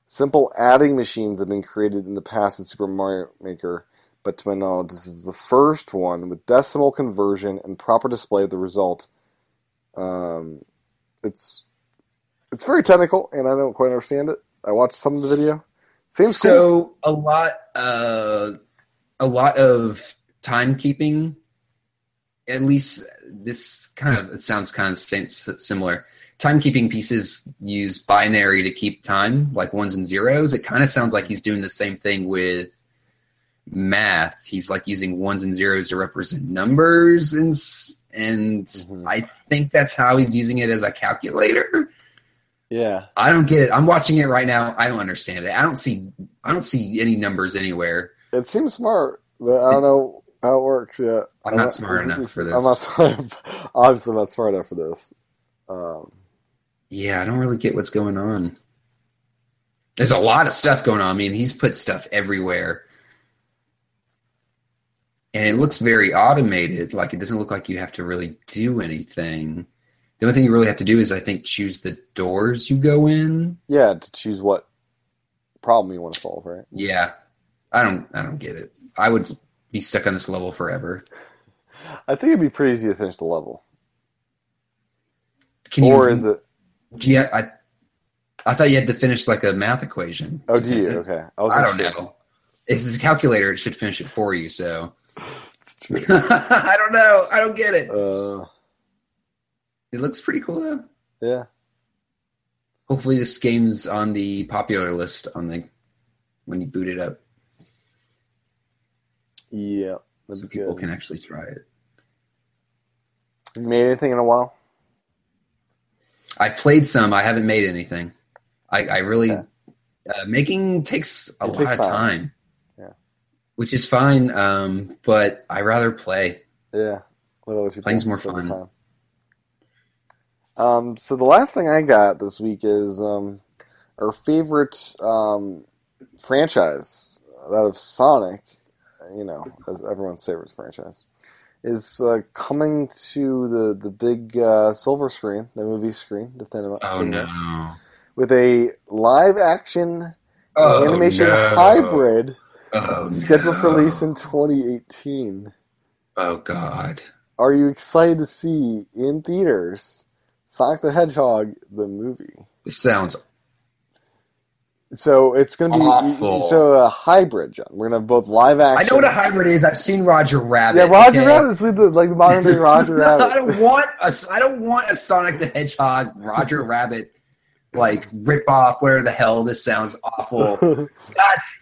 Speaker 2: Simple adding machines have been created in the past in Super Mario Maker, but to my knowledge, this is the first one with decimal conversion and proper display of the result. Um, it's it's very technical, and I don't quite understand it. I watched some of the video. Seems cool.
Speaker 3: so a lot uh a lot of timekeeping at least this kind of it sounds kind of same, s- similar timekeeping pieces use binary to keep time like ones and zeros it kind of sounds like he's doing the same thing with math he's like using ones and zeros to represent numbers and s- and
Speaker 2: Mhm.
Speaker 3: i think that's how he's using it as a calculator
Speaker 2: Yeah.
Speaker 3: I don't get it. I'm watching it right now. I don't understand it. I don't see I don't see any numbers anywhere.
Speaker 2: It seems smart, but I don't know how it works yet.
Speaker 3: I'm not smart enough for this.
Speaker 2: I'm not smart. enough- Obviously, I'm not smart enough for this. Um,
Speaker 3: Yeah, I don't really get what's going on. There's a lot of stuff going on. I mean, he's put stuff everywhere. And it looks very automated. Like it doesn't look like you have to really do anything. The only thing you really have to do is I think choose the doors you go in.
Speaker 2: yeah, to choose what problem you want to solve, right?
Speaker 3: Yeah. I don't I don't get it. I would be stuck on this level forever.
Speaker 2: I think it'd be pretty easy to finish the level.
Speaker 3: Can
Speaker 2: or is it?
Speaker 3: Do you, I, I thought you had to finish like a math equation.
Speaker 2: Oh, do you? Okay. was
Speaker 3: I don't
Speaker 2: unsure.
Speaker 3: know. It's the calculator. It should finish it for you. So
Speaker 2: It's true.
Speaker 3: I don't know. I don't get it.
Speaker 2: Uh,
Speaker 3: It looks pretty cool though.
Speaker 2: yeah.
Speaker 3: Hopefully, this game's on the popular list on the when you boot it up,
Speaker 2: Yeah. That'd
Speaker 3: so
Speaker 2: be
Speaker 3: people
Speaker 2: good.
Speaker 3: can actually try it.
Speaker 2: You made anything in a while?
Speaker 3: I played some. I haven't made anything. I, I really
Speaker 2: Yeah.
Speaker 3: uh, making takes a
Speaker 2: It
Speaker 3: lot
Speaker 2: takes
Speaker 3: of
Speaker 2: time.
Speaker 3: time.
Speaker 2: Yeah.
Speaker 3: Which is fine, um, but I rather play.
Speaker 2: Yeah, let other people
Speaker 3: Planes more
Speaker 2: spend the
Speaker 3: fun.
Speaker 2: time. Um, so the last thing I got this week is um, our favorite um, franchise, that of Sonic. You know, as everyone's favorite franchise, is uh, coming to the the big uh, silver screen, the movie screen, the cinema,
Speaker 3: Oh
Speaker 2: cinemas,
Speaker 3: no!
Speaker 2: with a live action
Speaker 3: Oh,
Speaker 2: animation
Speaker 3: no.
Speaker 2: hybrid
Speaker 3: Oh,
Speaker 2: scheduled for
Speaker 3: no.
Speaker 2: release in 2018.
Speaker 3: Oh God.
Speaker 2: Are you excited to see in theaters Sonic the Hedgehog the movie?
Speaker 3: This sounds
Speaker 2: So it's going to be
Speaker 3: Awful.
Speaker 2: so a hybrid, John. We're going to have both live
Speaker 3: I
Speaker 2: action.
Speaker 3: know what a hybrid is. I've seen Roger Rabbit.
Speaker 2: Yeah, Roger
Speaker 3: okay?
Speaker 2: Rabbit is with the, like the modern day Roger
Speaker 3: No, I
Speaker 2: Rabbit.
Speaker 3: don't want a, I don't want a Sonic the Hedgehog, Roger Rabbit, like rip off. Whatever the hell this sounds awful. God,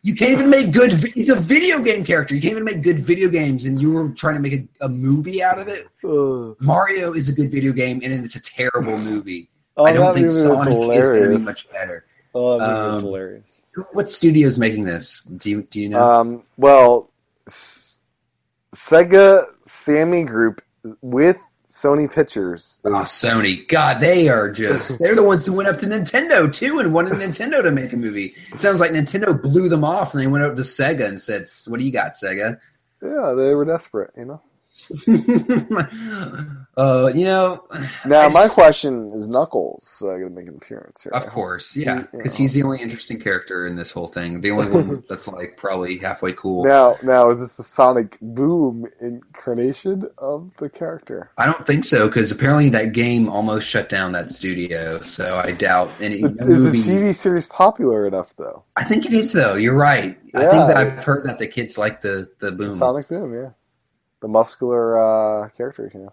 Speaker 3: you can't even make good. vi- He's a video game character. You can't even make good video games, and you were trying to make a, a movie out of it.
Speaker 2: Ugh.
Speaker 3: Mario is a good video game, and it's a terrible movie.
Speaker 2: Oh,
Speaker 3: I don't
Speaker 2: that
Speaker 3: think
Speaker 2: movie was
Speaker 3: Sonic is going to
Speaker 2: hilarious.
Speaker 3: be much better.
Speaker 2: Oh, that movie was
Speaker 3: Um,
Speaker 2: hilarious.
Speaker 3: Who- What studio is making this? Do you do you know?
Speaker 2: Um, well, S- Sega Sammy Group with Sony Pictures.
Speaker 3: Oh, Sony. God, they are just. They're the ones who went up to Nintendo, too, and wanted Nintendo to make a movie. It sounds like Nintendo blew them off and they went up to Sega and said, What do you got, Sega?
Speaker 2: Yeah, they were desperate, you know.
Speaker 3: uh, you know,
Speaker 2: Now,
Speaker 3: I
Speaker 2: my
Speaker 3: just-
Speaker 2: question is Knuckles. So I got to make an appearance here.
Speaker 3: of course, yeah.
Speaker 2: Yeah.
Speaker 3: Because he's the only interesting character in this whole thing. The only one that's like probably halfway cool.
Speaker 2: Now, now is this the Sonic Boom incarnation of the character?
Speaker 3: I don't think so because apparently that game almost shut down that studio. So I doubt any no
Speaker 2: Is the
Speaker 3: movie-
Speaker 2: TV series popular enough though?
Speaker 3: I think it is though. You're right. I
Speaker 2: Yeah.
Speaker 3: think that I've heard that the kids like the the boom.
Speaker 2: Sonic Boom, yeah, the muscular uh, character, you know.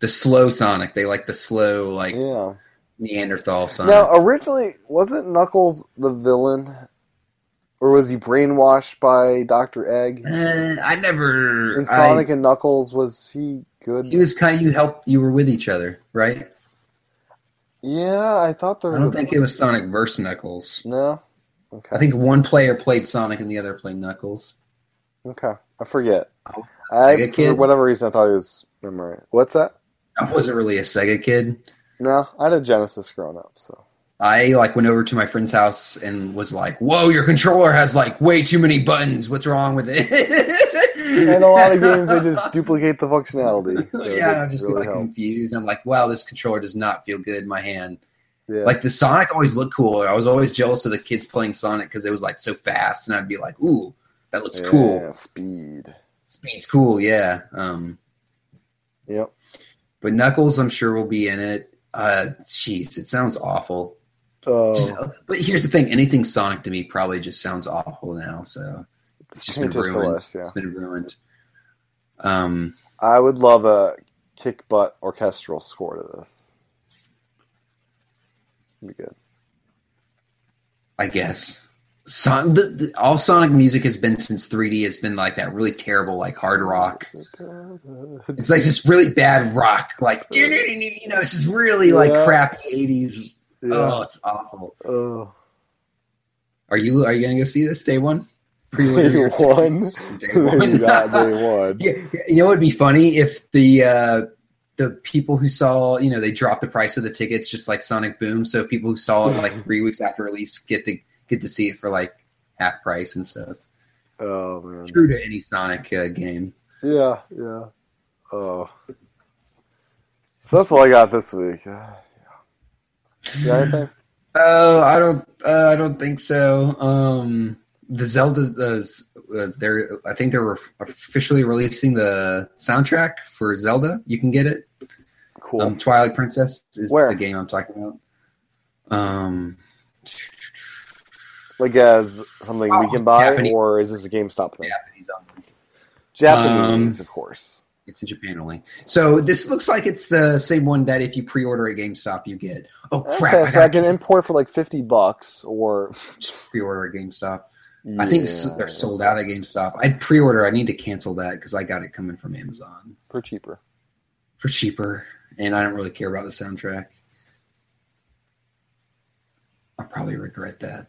Speaker 3: the slow Sonic. They like the slow, like
Speaker 2: Yeah.
Speaker 3: Neanderthal Sonic.
Speaker 2: Now, originally, wasn't Knuckles the villain, or was he brainwashed by Doctor Egg?
Speaker 3: Uh, I never.
Speaker 2: And Sonic and Knuckles was he
Speaker 3: I, he
Speaker 2: good?
Speaker 3: was kind. You helped. You were with each other, right?
Speaker 2: Yeah, I thought there
Speaker 3: I
Speaker 2: was.
Speaker 3: don't
Speaker 2: a,
Speaker 3: think it was Sonic versus Knuckles.
Speaker 2: No.
Speaker 3: I
Speaker 2: Okay.
Speaker 3: think one player played Sonic and the other played Knuckles.
Speaker 2: Okay. I forget.
Speaker 3: Oh,
Speaker 2: I
Speaker 3: Sega
Speaker 2: for
Speaker 3: kid?
Speaker 2: whatever reason I thought he was. Remember what's that?
Speaker 3: I wasn't really a Sega kid.
Speaker 2: No, I had a Genesis growing up, so
Speaker 3: I like went over to my friend's house and was like, "Whoa, your controller has like way too many buttons. What's wrong with it?"
Speaker 2: and a lot of games they just duplicate the functionality. So
Speaker 3: yeah,
Speaker 2: it
Speaker 3: I'll just
Speaker 2: really
Speaker 3: be like
Speaker 2: helped.
Speaker 3: confused. I'm like, wow, this controller does not feel good in my hand.
Speaker 2: Yeah.
Speaker 3: Like the Sonic always looked cool. I was always jealous of the kids playing Sonic because it was like so fast, and I'd be like, ooh, that looks
Speaker 2: Yeah,
Speaker 3: cool.
Speaker 2: Speed.
Speaker 3: Speed's cool, yeah. Um,
Speaker 2: Yep.
Speaker 3: but Knuckles, I'm sure, will be in it. Uh, jeez, it sounds awful. Just-
Speaker 2: Oh,
Speaker 3: but here's the thing: anything Sonic to me probably just sounds awful now. So it's just been
Speaker 2: painted for
Speaker 3: ruined.
Speaker 2: less, yeah.
Speaker 3: It's been ruined. Um,
Speaker 2: I would love a kick butt orchestral score to this. Be good.
Speaker 3: I guess. Son, the, the, all Sonic music has been since 3D has been like that really terrible, like hard rock. It's like just really bad rock, like you know, it's just really like
Speaker 2: Yeah.
Speaker 3: crappy 80s.
Speaker 2: Yeah.
Speaker 3: Oh, it's awful.
Speaker 2: Oh.
Speaker 3: Are you are you gonna go see this day one? Pre-order
Speaker 2: Day
Speaker 3: your
Speaker 2: one.
Speaker 3: tickets. Day
Speaker 2: Maybe
Speaker 3: one.
Speaker 2: not day one.
Speaker 3: Yeah, you know, it would be funny if the uh, the people who saw, you know, they dropped the price of the tickets just like Sonic Boom, so people who saw it like three weeks after release get to get to see it for like half price and stuff.
Speaker 2: Oh man.
Speaker 3: True to any Sonic uh, game.
Speaker 2: Yeah, yeah. Oh. So that's all I got this week. Yeah. You got anything?
Speaker 3: Oh, I don't, uh, I don't think so. Um, the Zelda, the, uh, they're, I think they're officially releasing the soundtrack for Zelda. You can get it.
Speaker 2: Cool.
Speaker 3: Um, Twilight Princess is
Speaker 2: Where?
Speaker 3: the game I'm talking about. Um,
Speaker 2: like as something we
Speaker 3: Oh,
Speaker 2: can buy,
Speaker 3: Japanese.
Speaker 2: or is this a GameStop thing?
Speaker 3: Japanese only. Um,
Speaker 2: Japanese, of course.
Speaker 3: It's in Japan only. So this looks like it's the same one that if you pre-order at GameStop, you get. Oh crap!
Speaker 2: Okay,
Speaker 3: I
Speaker 2: so I
Speaker 3: got
Speaker 2: can import for like fifty bucks, or
Speaker 3: pre-order at GameStop. I think s-
Speaker 2: Yeah,
Speaker 3: they're sold
Speaker 2: that's-
Speaker 3: out at GameStop. I'd pre-order. I need to cancel that because I got it coming from Amazon.
Speaker 2: for cheaper.
Speaker 3: for cheaper, and I don't really care about the soundtrack. I'll probably regret that.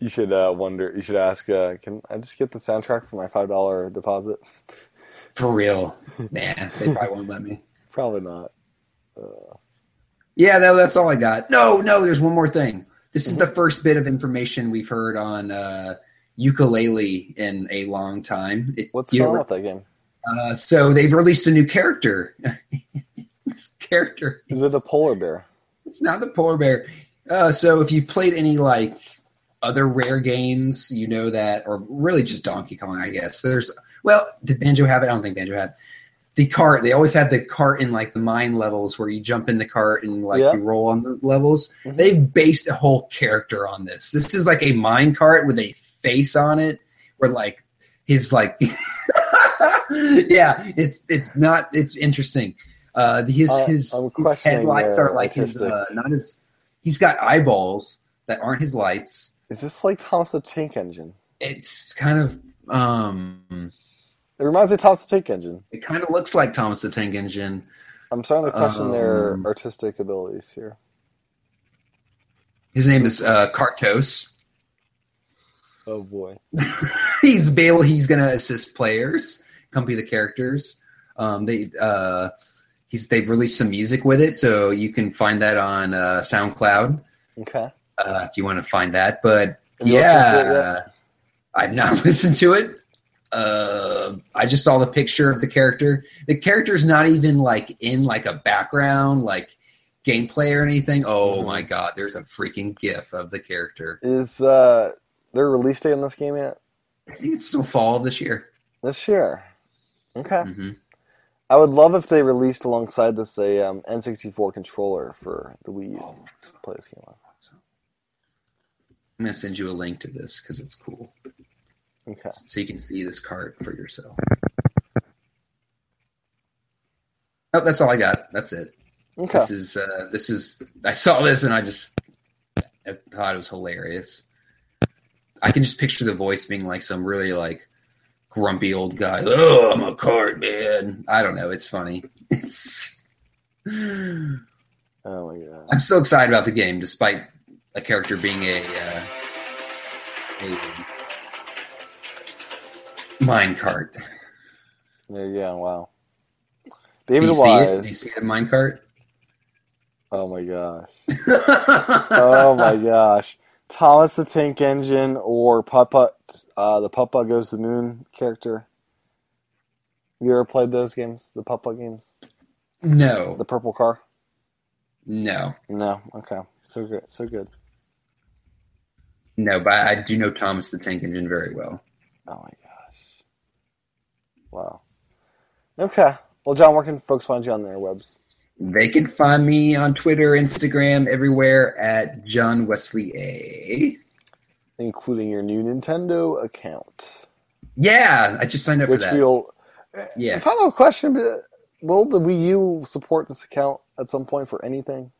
Speaker 2: You should uh, wonder. You should ask. Uh, can I just get the soundtrack for my five dollar deposit?
Speaker 3: For real. Nah, they probably won't let me.
Speaker 2: Probably not.
Speaker 3: Yeah, no, that's all I got. No, no, there's one more thing. This is the
Speaker 2: Mm-hmm.
Speaker 3: first bit of information we've heard on uh, ukulele in a long time. It-
Speaker 2: What's
Speaker 3: you
Speaker 2: going on
Speaker 3: know,
Speaker 2: with that game?
Speaker 3: uh, So they've released a new character. this character
Speaker 2: Is it a polar bear?
Speaker 3: It's not the polar bear. Uh, so if you've played any like other rare games, you know that, or really just Donkey Kong, I guess. There's Well, did Banjo have it? I don't think Banjo had the cart. They always had the cart in like the mine levels where you jump in the cart and like
Speaker 2: Yeah.
Speaker 3: you roll on the levels.
Speaker 2: Mhm.
Speaker 3: They've based a whole character on this. This is like a mine cart with a face on it, where like his like, yeah, it's it's not it's interesting. Uh, his
Speaker 2: Uh,
Speaker 3: his,
Speaker 2: I'm
Speaker 3: his
Speaker 2: questioning
Speaker 3: headlights
Speaker 2: their
Speaker 3: are like his uh,
Speaker 2: artistic-
Speaker 3: not his. He's got eyeballs that aren't his lights.
Speaker 2: Is this like Thomas the Tank Engine?
Speaker 3: It's kind of um,
Speaker 2: It reminds me of Thomas the Tank Engine.
Speaker 3: it kind of looks like Thomas the Tank Engine.
Speaker 2: I'm starting to question their
Speaker 3: Um,
Speaker 2: artistic abilities here.
Speaker 3: His name is uh, Kartos.
Speaker 2: Oh boy.
Speaker 3: he's be able. He's gonna assist players, accompany the characters. Um, they uh, he's they've released some music with it, so you can find that on uh, SoundCloud
Speaker 2: Okay.
Speaker 3: uh, if you want to find that. But
Speaker 2: Have you listened to it
Speaker 3: yeah, uh, I've not listened to it. Uh, I just saw the picture of the character. The character's not even like in like a background like gameplay or anything. Oh
Speaker 2: Mhm.
Speaker 3: my god, there's a freaking gif of the character.
Speaker 2: Is uh, their release date on this game yet?
Speaker 3: I think it's still fall of this year.
Speaker 2: This year. Okay.
Speaker 3: hmm
Speaker 2: I would love if they released alongside this a um, N64 controller for the Wii U
Speaker 3: Oh.
Speaker 2: to play this game on.
Speaker 3: I'm gonna send you a link to this because it's cool,
Speaker 2: Okay.
Speaker 3: so you can see this card for yourself. Oh, that's all I got. That's it.
Speaker 2: Okay.
Speaker 3: This is uh, this is. I saw this and I just I thought it was hilarious. I can just picture the voice being like some really like grumpy old guy. Oh, I'm a cart man. I don't know. It's funny. It's. I'm
Speaker 2: Oh my god.
Speaker 3: still excited about the game, despite a character being a, uh, a mine cart.
Speaker 2: There you go. Wow.
Speaker 3: Do
Speaker 2: David
Speaker 3: you see it? Do you
Speaker 2: Wise.
Speaker 3: see the mine cart?
Speaker 2: Oh my gosh. Oh my gosh. Thomas the Tank Engine or Papa, uh, the Papa Goes to the Moon character. You ever played those games? The Papa games?
Speaker 3: No.
Speaker 2: The purple car?
Speaker 3: No.
Speaker 2: No. Okay. So good. So good.
Speaker 3: No, but I do know Thomas the Tank Engine very well.
Speaker 2: Oh my gosh. Wow. Okay. Well, John, where can folks find you on their webs?
Speaker 3: They can find me on Twitter, Instagram, everywhere at John Wesley A.
Speaker 2: Including your new Nintendo account.
Speaker 3: Yeah, I just signed up
Speaker 2: Which
Speaker 3: for that.
Speaker 2: we'll.
Speaker 3: yeah,
Speaker 2: Final question but Will the Wii U support this account at some point for anything?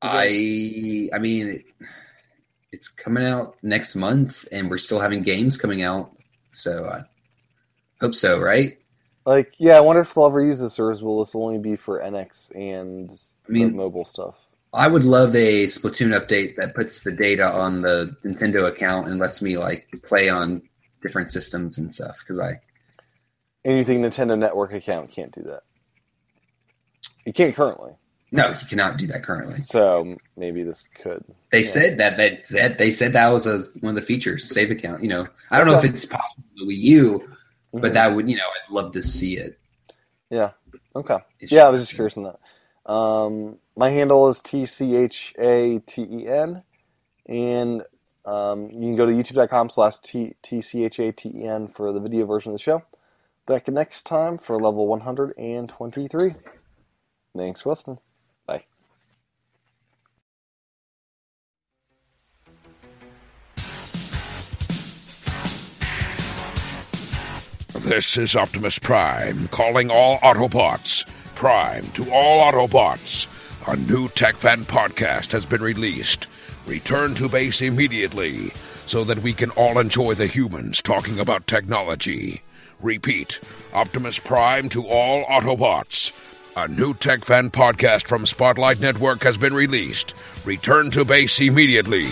Speaker 3: I I mean it, it's coming out next month, and we're still having games coming out, so I hope so, right?
Speaker 2: Like, yeah, I wonder if they'll ever use this, or will this only be for NX and
Speaker 3: I mean-
Speaker 2: the mobile stuff?
Speaker 3: I would love a Splatoon update that puts the data on the Nintendo account and lets me like play on different systems and stuff because I
Speaker 2: Anything Nintendo Network account can't do that. You can't currently,
Speaker 3: no, you cannot do that currently.
Speaker 2: so maybe this could.
Speaker 3: They
Speaker 2: Yeah.
Speaker 3: said that, that that they said that was a, one of the features, save account. You know, I don't know if
Speaker 2: Okay.
Speaker 3: it's possible with Wii U, but
Speaker 2: Mhm.
Speaker 3: that would you know I'd love to see it.
Speaker 2: okay.
Speaker 3: It
Speaker 2: Yeah, I
Speaker 3: should-
Speaker 2: was just curious on that. Um, my handle is T C H A T E N, and um, you can go to youtube.com slash T T C H A T E N for the video version of the show. Back next time for level 123. Thanks for listening. Bye.
Speaker 4: This is Optimus Prime calling all Autobots. Prime to all Autobots. A new TechFan podcast has been released. Return to base immediately so that we can all enjoy the humans talking about technology. Repeat Optimus Prime to all Autobots. A new TechFan podcast from Spotlight Network has been released. Return to base immediately.